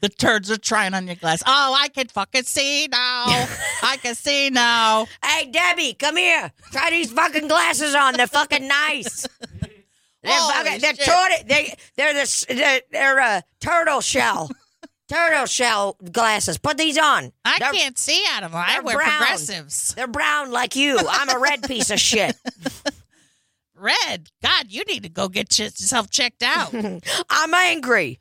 the turds are trying on your glass. Oh, I can fucking see now. I can see now. Hey, Debbie, come here. Try these fucking glasses on. They're fucking nice. They're, Holy fucking, they're shit. tortoise. They they're the s- they're, they're uh, turtle shell, turtle shell glasses. Put these on. I They're- can't see out of them. I they're wear brown. progressives. They're brown like you. I'm a red piece of shit. Red. God, you need to go get yourself checked out. I'm angry.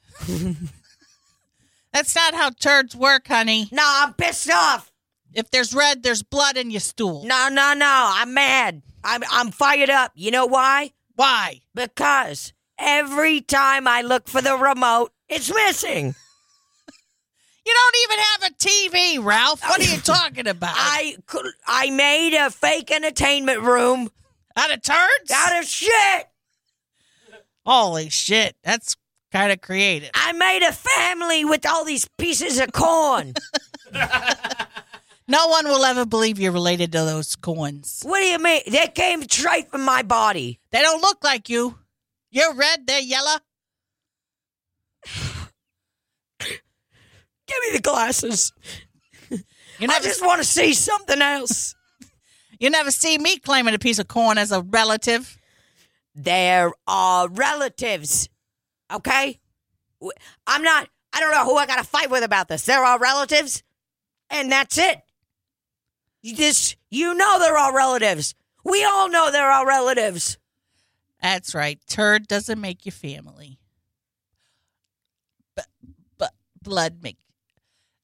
That's not how turds work, honey. No, I'm pissed off. If there's red, there's blood in your stool. No, no, no. I'm mad. I'm I'm fired up. You know why? Why? Because every time I look for the remote, it's missing. You don't even have a TV, Ralph. What are you talking about? I cou- I made a fake entertainment room out of turds? out of shit. Holy shit. That's kind of creative. I made a family with all these pieces of corn. No one will ever believe you're related to those coins. what do you mean? They came straight from my body. They don't look like you. You're red, they're yellow. Give me the glasses. You I never, just want to see something else. you never see me claiming a piece of corn as a relative. There are relatives. Okay? W- I'm not, I don't know who I got to fight with about this. There are relatives, and that's it. You just, you know they're all relatives. We all know they're all relatives. That's right. Turd doesn't make you family. But, but blood make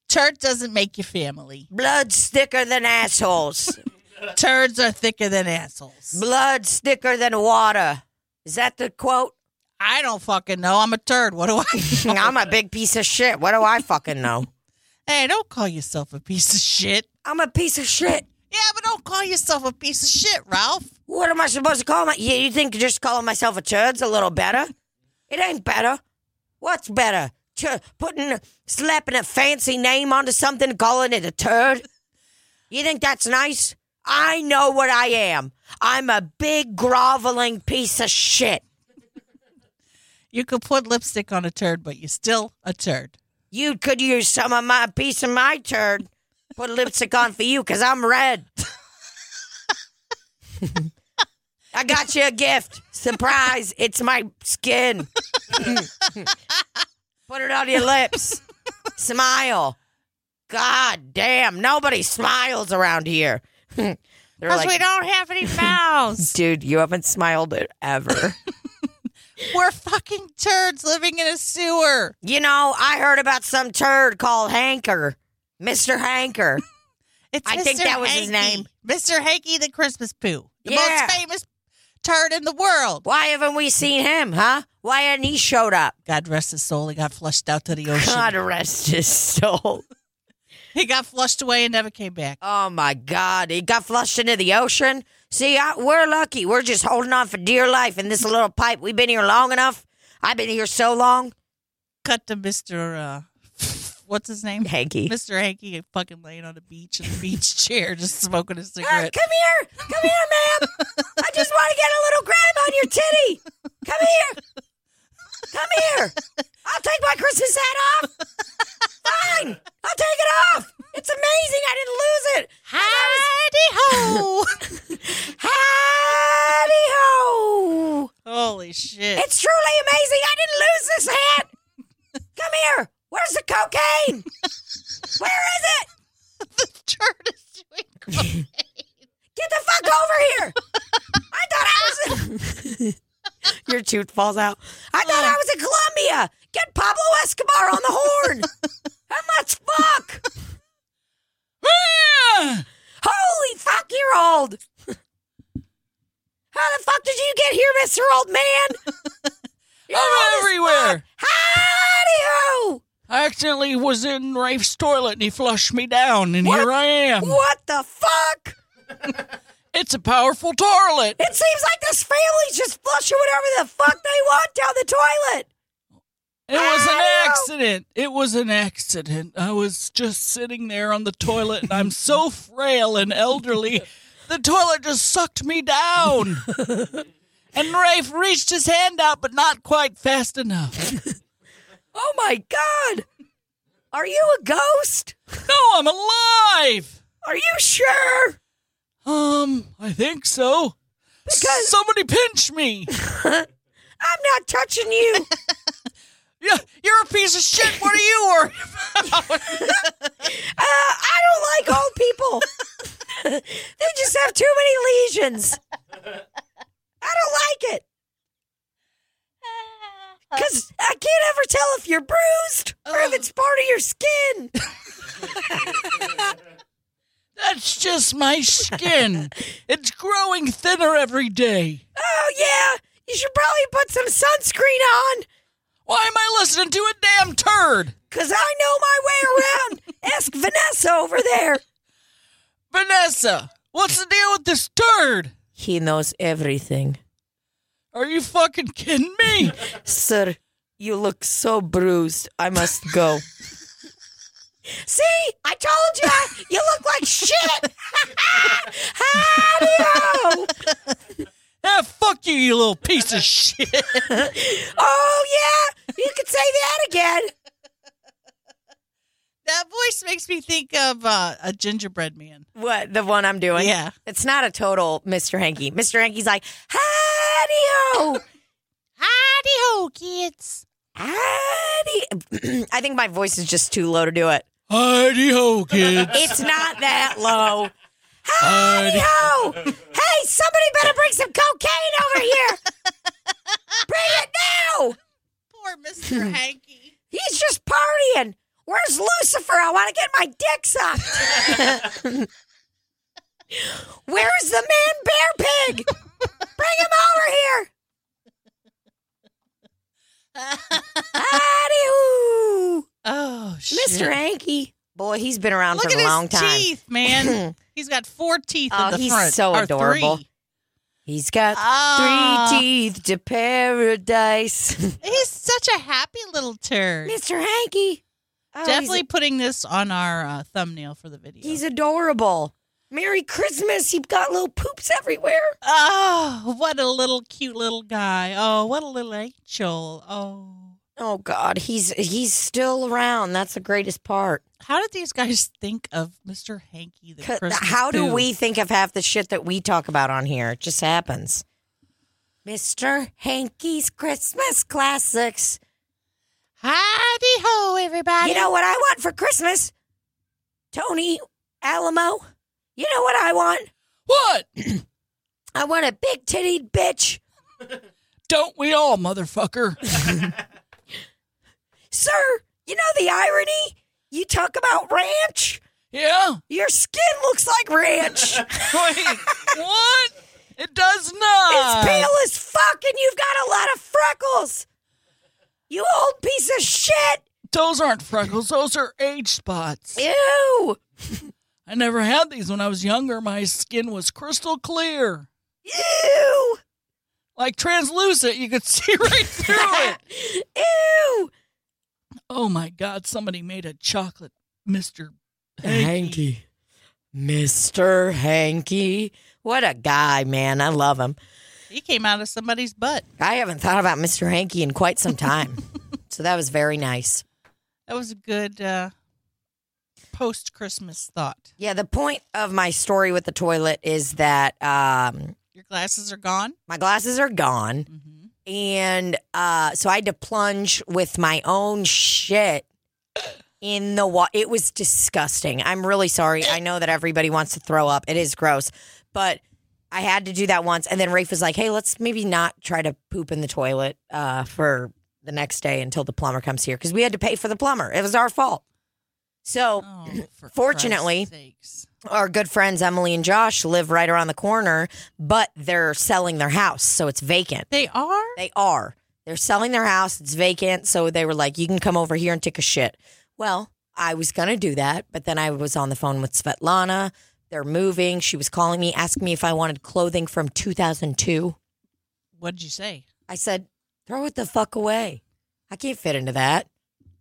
turd doesn't make you family. Blood's thicker than assholes. Turds are thicker than assholes. Blood's thicker than water. Is that the quote? I don't fucking know. I'm a turd. What do I? know? I'm a big piece of shit. What do I fucking know? hey, don't call yourself a piece of shit. I'm a piece of shit. Yeah, but don't call yourself a piece of shit, Ralph. What am I supposed to call my? You, you think just calling myself a turd's a little better? It ain't better. What's better? Tur- putting slapping a fancy name onto something, and calling it a turd. You think that's nice? I know what I am. I'm a big groveling piece of shit. You could put lipstick on a turd, but you're still a turd. You could use some of my piece of my turd. Put lipstick on for you, cause I'm red. I got you a gift. Surprise! It's my skin. Put it on your lips. Smile. God damn! Nobody smiles around here. They're like, don't have any mouths. dude, you haven't smiled ever. We're fucking turds living in a sewer. you know, I heard about some turd called Hanker, Mister Hanker. It's I think Mr. that was his Hanky. name. Mr. Hanky the Christmas poo. The Yeah. most famous turd in the world. Why haven't we seen him, huh? Why hadn't he showed up? God rest his soul. He got flushed out to the ocean. God rest his soul. He got flushed away and never came back. Oh my God, he got flushed into the ocean. See, I, we're lucky. We're just holding on for dear life in this little pipe. We've been here long enough. I've been here so long. Cut to Mr. Uh, what's his name? Hanky. Mr. Hanky fucking laying on a beach in a beach chair just smoking a Hey, cigarette. Uh, come here, come here, ma'am. I just want to get a little grab on your titty. Come here, come here. I'll take my Christmas hat off. Fine, I'll take it off. It's amazing. I didn't lose it. Hidey ho! Howdy ho! Holy shit. It's truly amazing. I didn't lose this hat. Come here. Where's the cocaine? Where is it? turd is doing cocaine. Get the fuck over here. I thought I was. Your tooth falls out. I thought I was in Colombia. Get Pablo Escobar on the horn. And let's fuck. Ah! Holy fuck, you're old. How the fuck did you get here, Mr. Old Man? You're old I'm as everywhere. Howdy I accidentally was in Um. Rafe's toilet and he flushed me down, and here I am. What the fuck? It's a powerful toilet. It seems like this family's just flushing whatever the fuck they want down the toilet. It was an accident. It was an accident. I was just sitting there on the toilet and I'm so frail and elderly. The toilet just sucked me down. and Rafe reached his hand out, but not quite fast enough. oh my God. Are you a ghost? No, I'm alive. Are you sure? Um, I think so. Because somebody pinch me. I'm not touching you. Uh, Yeah, you're a piece of shit. What are you worried about? Uh, I don't like old people. they just have too many lesions. I don't like it. Because I can't ever tell if you're bruised or if it's part of your skin. That's just my skin. it's growing thinner every day. Oh, yeah. You should probably put some sunscreen on. Why am I listening to a damn turd? Because I know my way around. Ask Vanessa over there. Vanessa, what's the deal with this turd? He knows everything. Are you fucking kidding me? Sir, you look so bruised. I must go. See, I told you, you look like shit. Howdy-o. ah, fuck you, you little piece of shit. Oh yeah, you could say that again. That voice makes me think of uh, a gingerbread man. What the one I'm doing? Yeah. it's not a total Mr. Hanky. Mr. Hanky's like, howdy-o, Howdy ho, kids. howdy. I think my voice is just too low to do it. Heidi ho, kids. It's not that low. Howdy ho! Hey, somebody better bring some cocaine over here. Bring it now. Poor Mr. Hanky. He's just partying. Where's Lucifer? I want to get my dick sucked. Where's the man bear pig? Bring him over here. Howdy hoo. Oh, shit. Mr. Hanky. Boy, he's been around Look for at a his long time. teeth, man. he's got four teeth Oh, in the he's front. so or adorable. three. He's got Ah. three teeth to paradise. He's such a happy little turd. Mr. Hanky. Oh, he's- Definitely putting this on our uh, thumbnail for the video. He's, adorable. Merry Christmas. He got little poops everywhere. oh, what a little cute little guy. Oh, what a little angel. Oh. Oh God, he's he's still around. That's the greatest part. How did these guys think of Mr. Hanky the 'Cause Christmas How do Pooh? we think of half the shit that we talk about on here? It just happens. Mr. Hanky's Christmas classics. Howdy ho, everybody. You know what I want for Christmas? Tony Alamo. You know what I want? What? I want a big titted bitch. Don't we all, motherfucker? Sir, you know the irony? You talk about ranch. yeah. Your skin looks like ranch. Wait, what? It does not. it's pale as fuck and you've got a lot of freckles. You old piece of shit. Those aren't freckles. Those are age spots. Ew. I never had these when I was younger. My skin was crystal clear, Ew. like translucent. You could see right through it. Ew. Oh my God! Somebody made a chocolate, Mister Hanky. Mr. Hanky. What a guy, man. I love him. He came out of somebody's butt. I haven't thought about Mr. Hanky in quite some time. so that was very nice. That was a good uh, post-Christmas thought. Yeah, the point of my story with the toilet is that um, Your glasses are gone. my glasses are gone. Mm-hmm. And uh, so I had to plunge with my own shit in the water. It was disgusting. I'm really sorry. I know that everybody wants to throw up. It is gross. But I had to do that once. And then Rafe was like, hey, let's maybe not try to poop in the toilet uh, for the next day until the plumber comes here because we had to pay for the plumber. It was our fault. So Oh, for Fortunately- Christ's sakes. our good friends Emily and Josh live right around the corner, but they're selling their house, so it's vacant. they are. They are. They're selling their house. It's vacant. So they were like, you can come over here and take a shit. Well, I was going to do that. But then I was on the phone with Svetlana, They're moving. She was calling me, asking me if I wanted clothing from 2002. What did you say? I said, throw it the fuck away. I can't fit into that.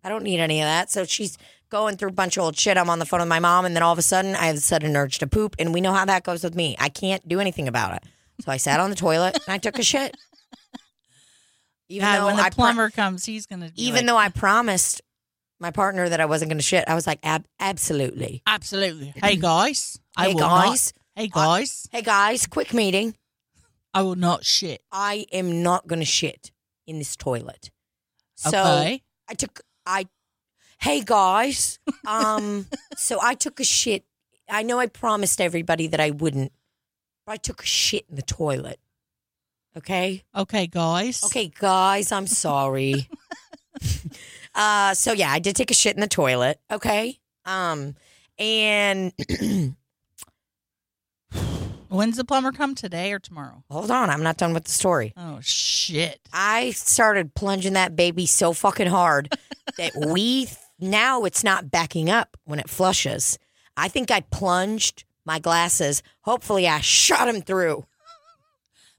I don't need any of that. So she's going through a bunch of old shit. I'm on the phone with my mom, and then all of a sudden, I have a sudden urge to poop. And we know how that goes with me. I can't do anything about it. So I sat on the toilet and I took a shit. Even God, though Uh, when the I pro- plumber comes, he's gonna be Even like, though I promised my partner that I wasn't going to shit, I was like, Ab- absolutely. absolutely. Hey guys, I hey, will guys. Not, hey guys, hey guys, quick meeting. I will not shit. I am not going to shit in this toilet. So Okay. I took I Hey guys, um so I took a shit. I know I promised everybody that I wouldn't, but I took a shit in the toilet. Okay? Okay, guys. Okay, guys, I'm sorry. uh so yeah, I did take a shit in the toilet, okay? Um and When's the plumber come today or tomorrow? hold on, I'm not done with the story. Oh shit! I started plunging that baby so fucking hard that we now it's not backing up when it flushes. I think I plunged my glasses. Hopefully, I shot them through.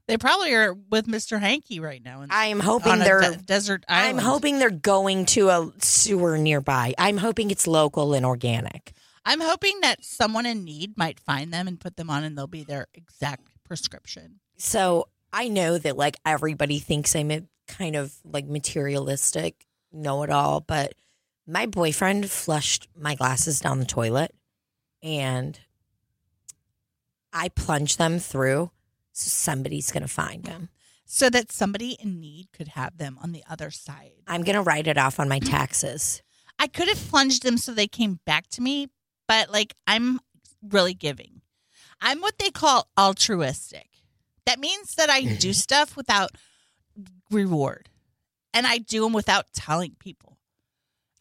They probably are with Mister Hanky right now. in- I am hoping on a they're- de- desert island. I'm hoping they're going to a sewer nearby. I'm hoping it's local and organic. I'm hoping that someone in need might find them and put them on, and they'll be their exact prescription. So I know that like everybody thinks I'm a kind of like materialistic, know it all, but my boyfriend flushed my glasses down the toilet and I plunged them through. So somebody's going to find them. so that somebody in need could have them on the other side. I'm going to write it off on my taxes. I could have plunged them so they came back to me, but like I'm really giving. I'm what they call altruistic. That means that I do stuff without reward and I do them without telling people.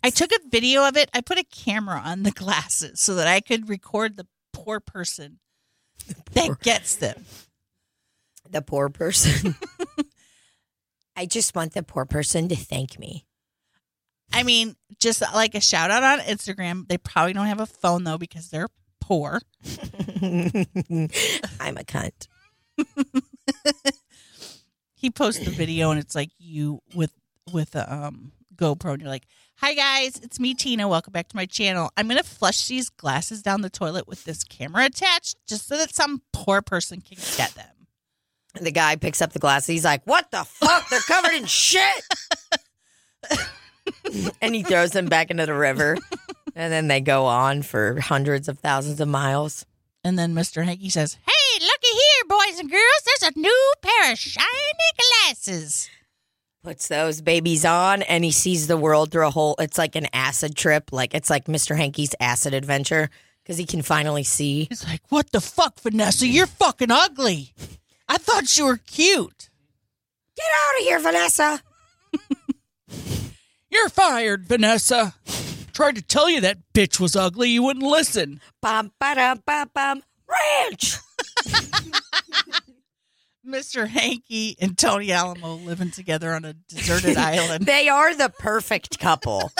I took a video of it. I put a camera on the glasses so that I could record the poor person that gets them. The poor person. I just want the poor person to thank me. I mean, just like a shout out on Instagram. They probably don't have a phone though because they're poor. I'm a cunt. He posts the video and it's like you with with a um, GoPro and you're like, "Hi guys, it's me Tina. Welcome back to my channel. I'm gonna flush these glasses down the toilet with this camera attached, just so that some poor person can get them." The guy picks up the glasses. He's like, What the fuck? They're covered in shit. and he throws them back into the river. And then they go on for hundreds of thousands of miles. And then Mr. Hanky says, Hey, looky here, boys and girls. There's a new pair of shiny glasses. Puts those babies on and he sees the world through a whole it's like an acid trip. Like it's like Mr. Hankey's acid adventure. Because he can finally see. He's like, "What the fuck, Vanessa? You're fucking ugly. I thought you were cute. Get out of here, Vanessa. You're fired, Vanessa. Tried to tell you that bitch was ugly. You wouldn't listen." Bum ba dum bum bum ranch. Mr. Hanky and Tony Alamo living together on a deserted island. They are the perfect couple.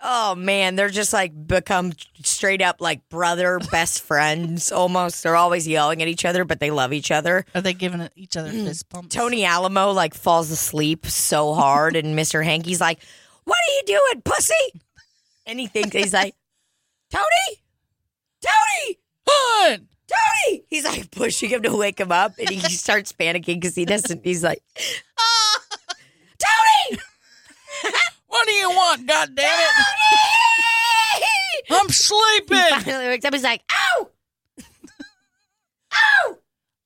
oh man, they're just like become straight up like brother best friends almost. They're always yelling at each other, but they love each other. Are they giving each other fist bumps? Mm. Tony Alamo like falls asleep so hard, and Mr. Hanky's like, "What are you doing, pussy?" And he thinks he's like, "Tony, Tony." Hun! Tony! He's like pushing him to wake him up and he starts panicking because he doesn't. He's like, "Ah, Tony! What do you want, goddammit? it? I'm He sleeping. finally wakes up. He's like, "Ow, ow!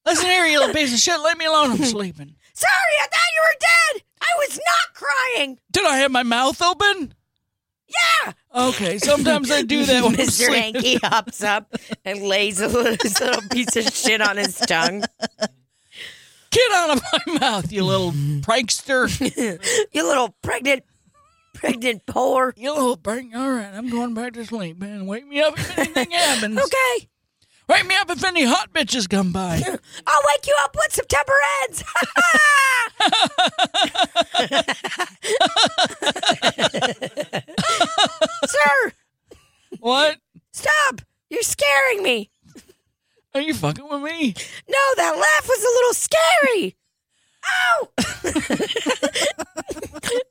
Listen here, you little piece of shit. Leave me alone. I'm sleeping. Sorry, I thought you were dead. I was not crying." Did I have my mouth open? Yeah. Okay, sometimes I do that when I'm Mr. sleeping. Hanky hops up and lays a little, his little piece of shit on his tongue. Get out of my mouth, you little Mm-hmm. prankster. you little pregnant, pregnant whore. You little prank. All right, I'm going back to sleep, man. Wake me up if anything happens. Okay, Wake me up if any hot bitches come by. I'll wake you up when September ends. Sir, What? stop! You're scaring funny. No, that laugh was a little scary. Ow!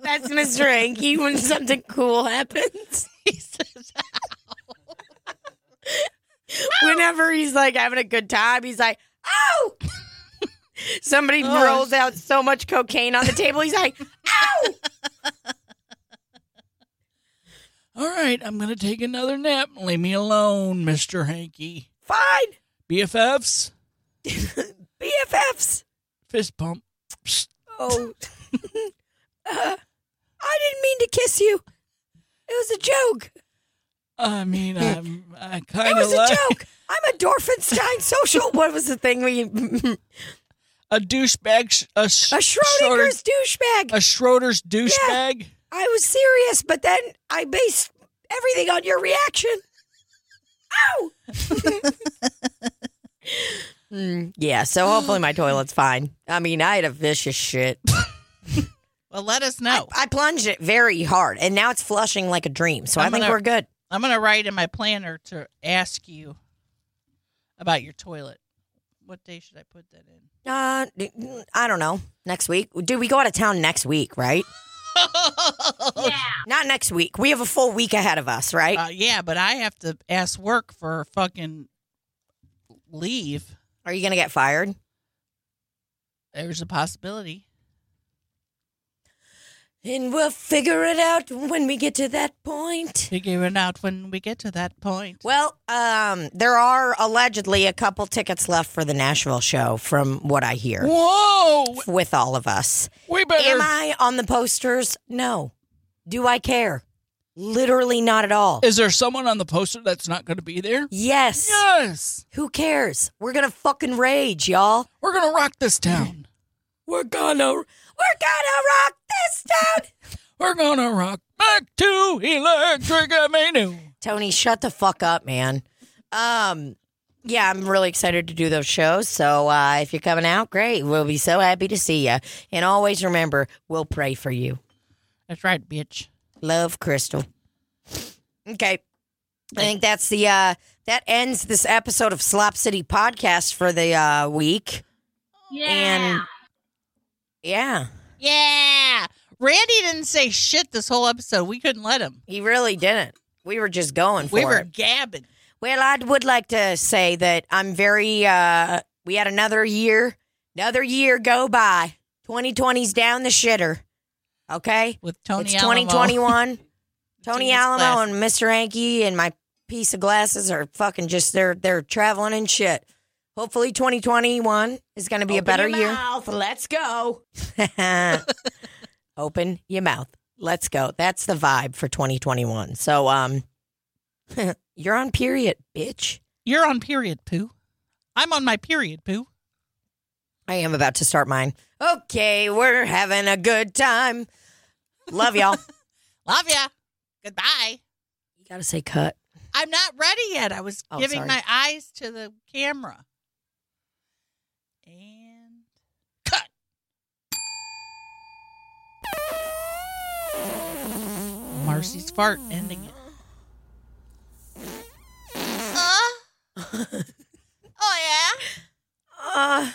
That's Mr. Hanky when something cool happens. Whenever he's like having a good time, he's like, ow! Somebody Oh. rolls out so much cocaine on the table, he's like, ow! All right, I'm going to take another nap. Leave me alone, Mr. Hanky. Fine. BFFs, BFFs. fist pump. Oh. Uh, I didn't mean to kiss you. It was a joke. I mean, I'm, I It kind of was a like joke. I'm a Dorfenstein social. What was the thing we. a douchebag. sh- A, sh- A Schrodinger's douchebag. A Schroeder's Yeah, douchebag. I was serious, but then I based everything on your reaction. Ow! Mm, yeah, so hopefully my toilet's fine. I mean, I had a vicious shit. Well, let us know. I plunged it very hard, and now it's flushing like a dream. So i I'm think gonna- we're good. I'm going to write in my planner to ask you about your toilet. What day should I put that in? Uh, d- mm, I don't know. Next week, dude, we go out of town next week, right? yeah. Not next week. We have a full week ahead of us, right? Uh, yeah, but I have to ask work for fucking leave. Are you gonna get fired? There's a possibility. And we'll figure it out when we get to that point. Figure it out when we get to that point. Well, um, there are allegedly a couple tickets left for the Nashville show, from what I hear, Whoa! with all of us. We better. Am I on the posters? No. Do I care? Literally not at all. Is there someone on the poster that's not going to be there? Yes. Yes. Who cares? We're gonna fucking rage, y'all. We're going to rock this town. We're gonna, we're gonna rock this town. We're going to rock back to Electric Avenue. Tony, shut the fuck up, man. Um, yeah, I'm really excited to do those shows. So uh, if you're coming out, great. We'll be so happy to see you. And always remember, we'll pray for you. That's right, bitch. Love, Crystal. Okay, I think that's the uh, that ends this episode of Slop City Podcast for the uh, week. And yeah, Yeah. Randy didn't say shit this whole episode. We couldn't let him. he really didn't. We were just going for We were it. gabbing. Well, I would like to say that I'm very. Uh, we had another year, another year go by. 2020's down the shitter. Okay, with Tony it's Alamo. 2021. Tony Jesus Alamo bless. and Mr. Anky and my piece of glasses are fucking just they're they're traveling and shit. Hopefully, 2021 is going to be a Open better your year. mouth. Let's go. Open your mouth. Let's go. That's the vibe for 2021. So, um, you're on period, bitch. You're on period, poo. I'm on my period, poo. I am about to start mine. Okay, we're having a good time. Love y'all. Love ya. Goodbye. you gotta say cut. I'm not ready yet. I was Oh, giving sorry. my eyes to the camera. And cut. Marcy's fart ending it. Uh, oh yeah. Uh,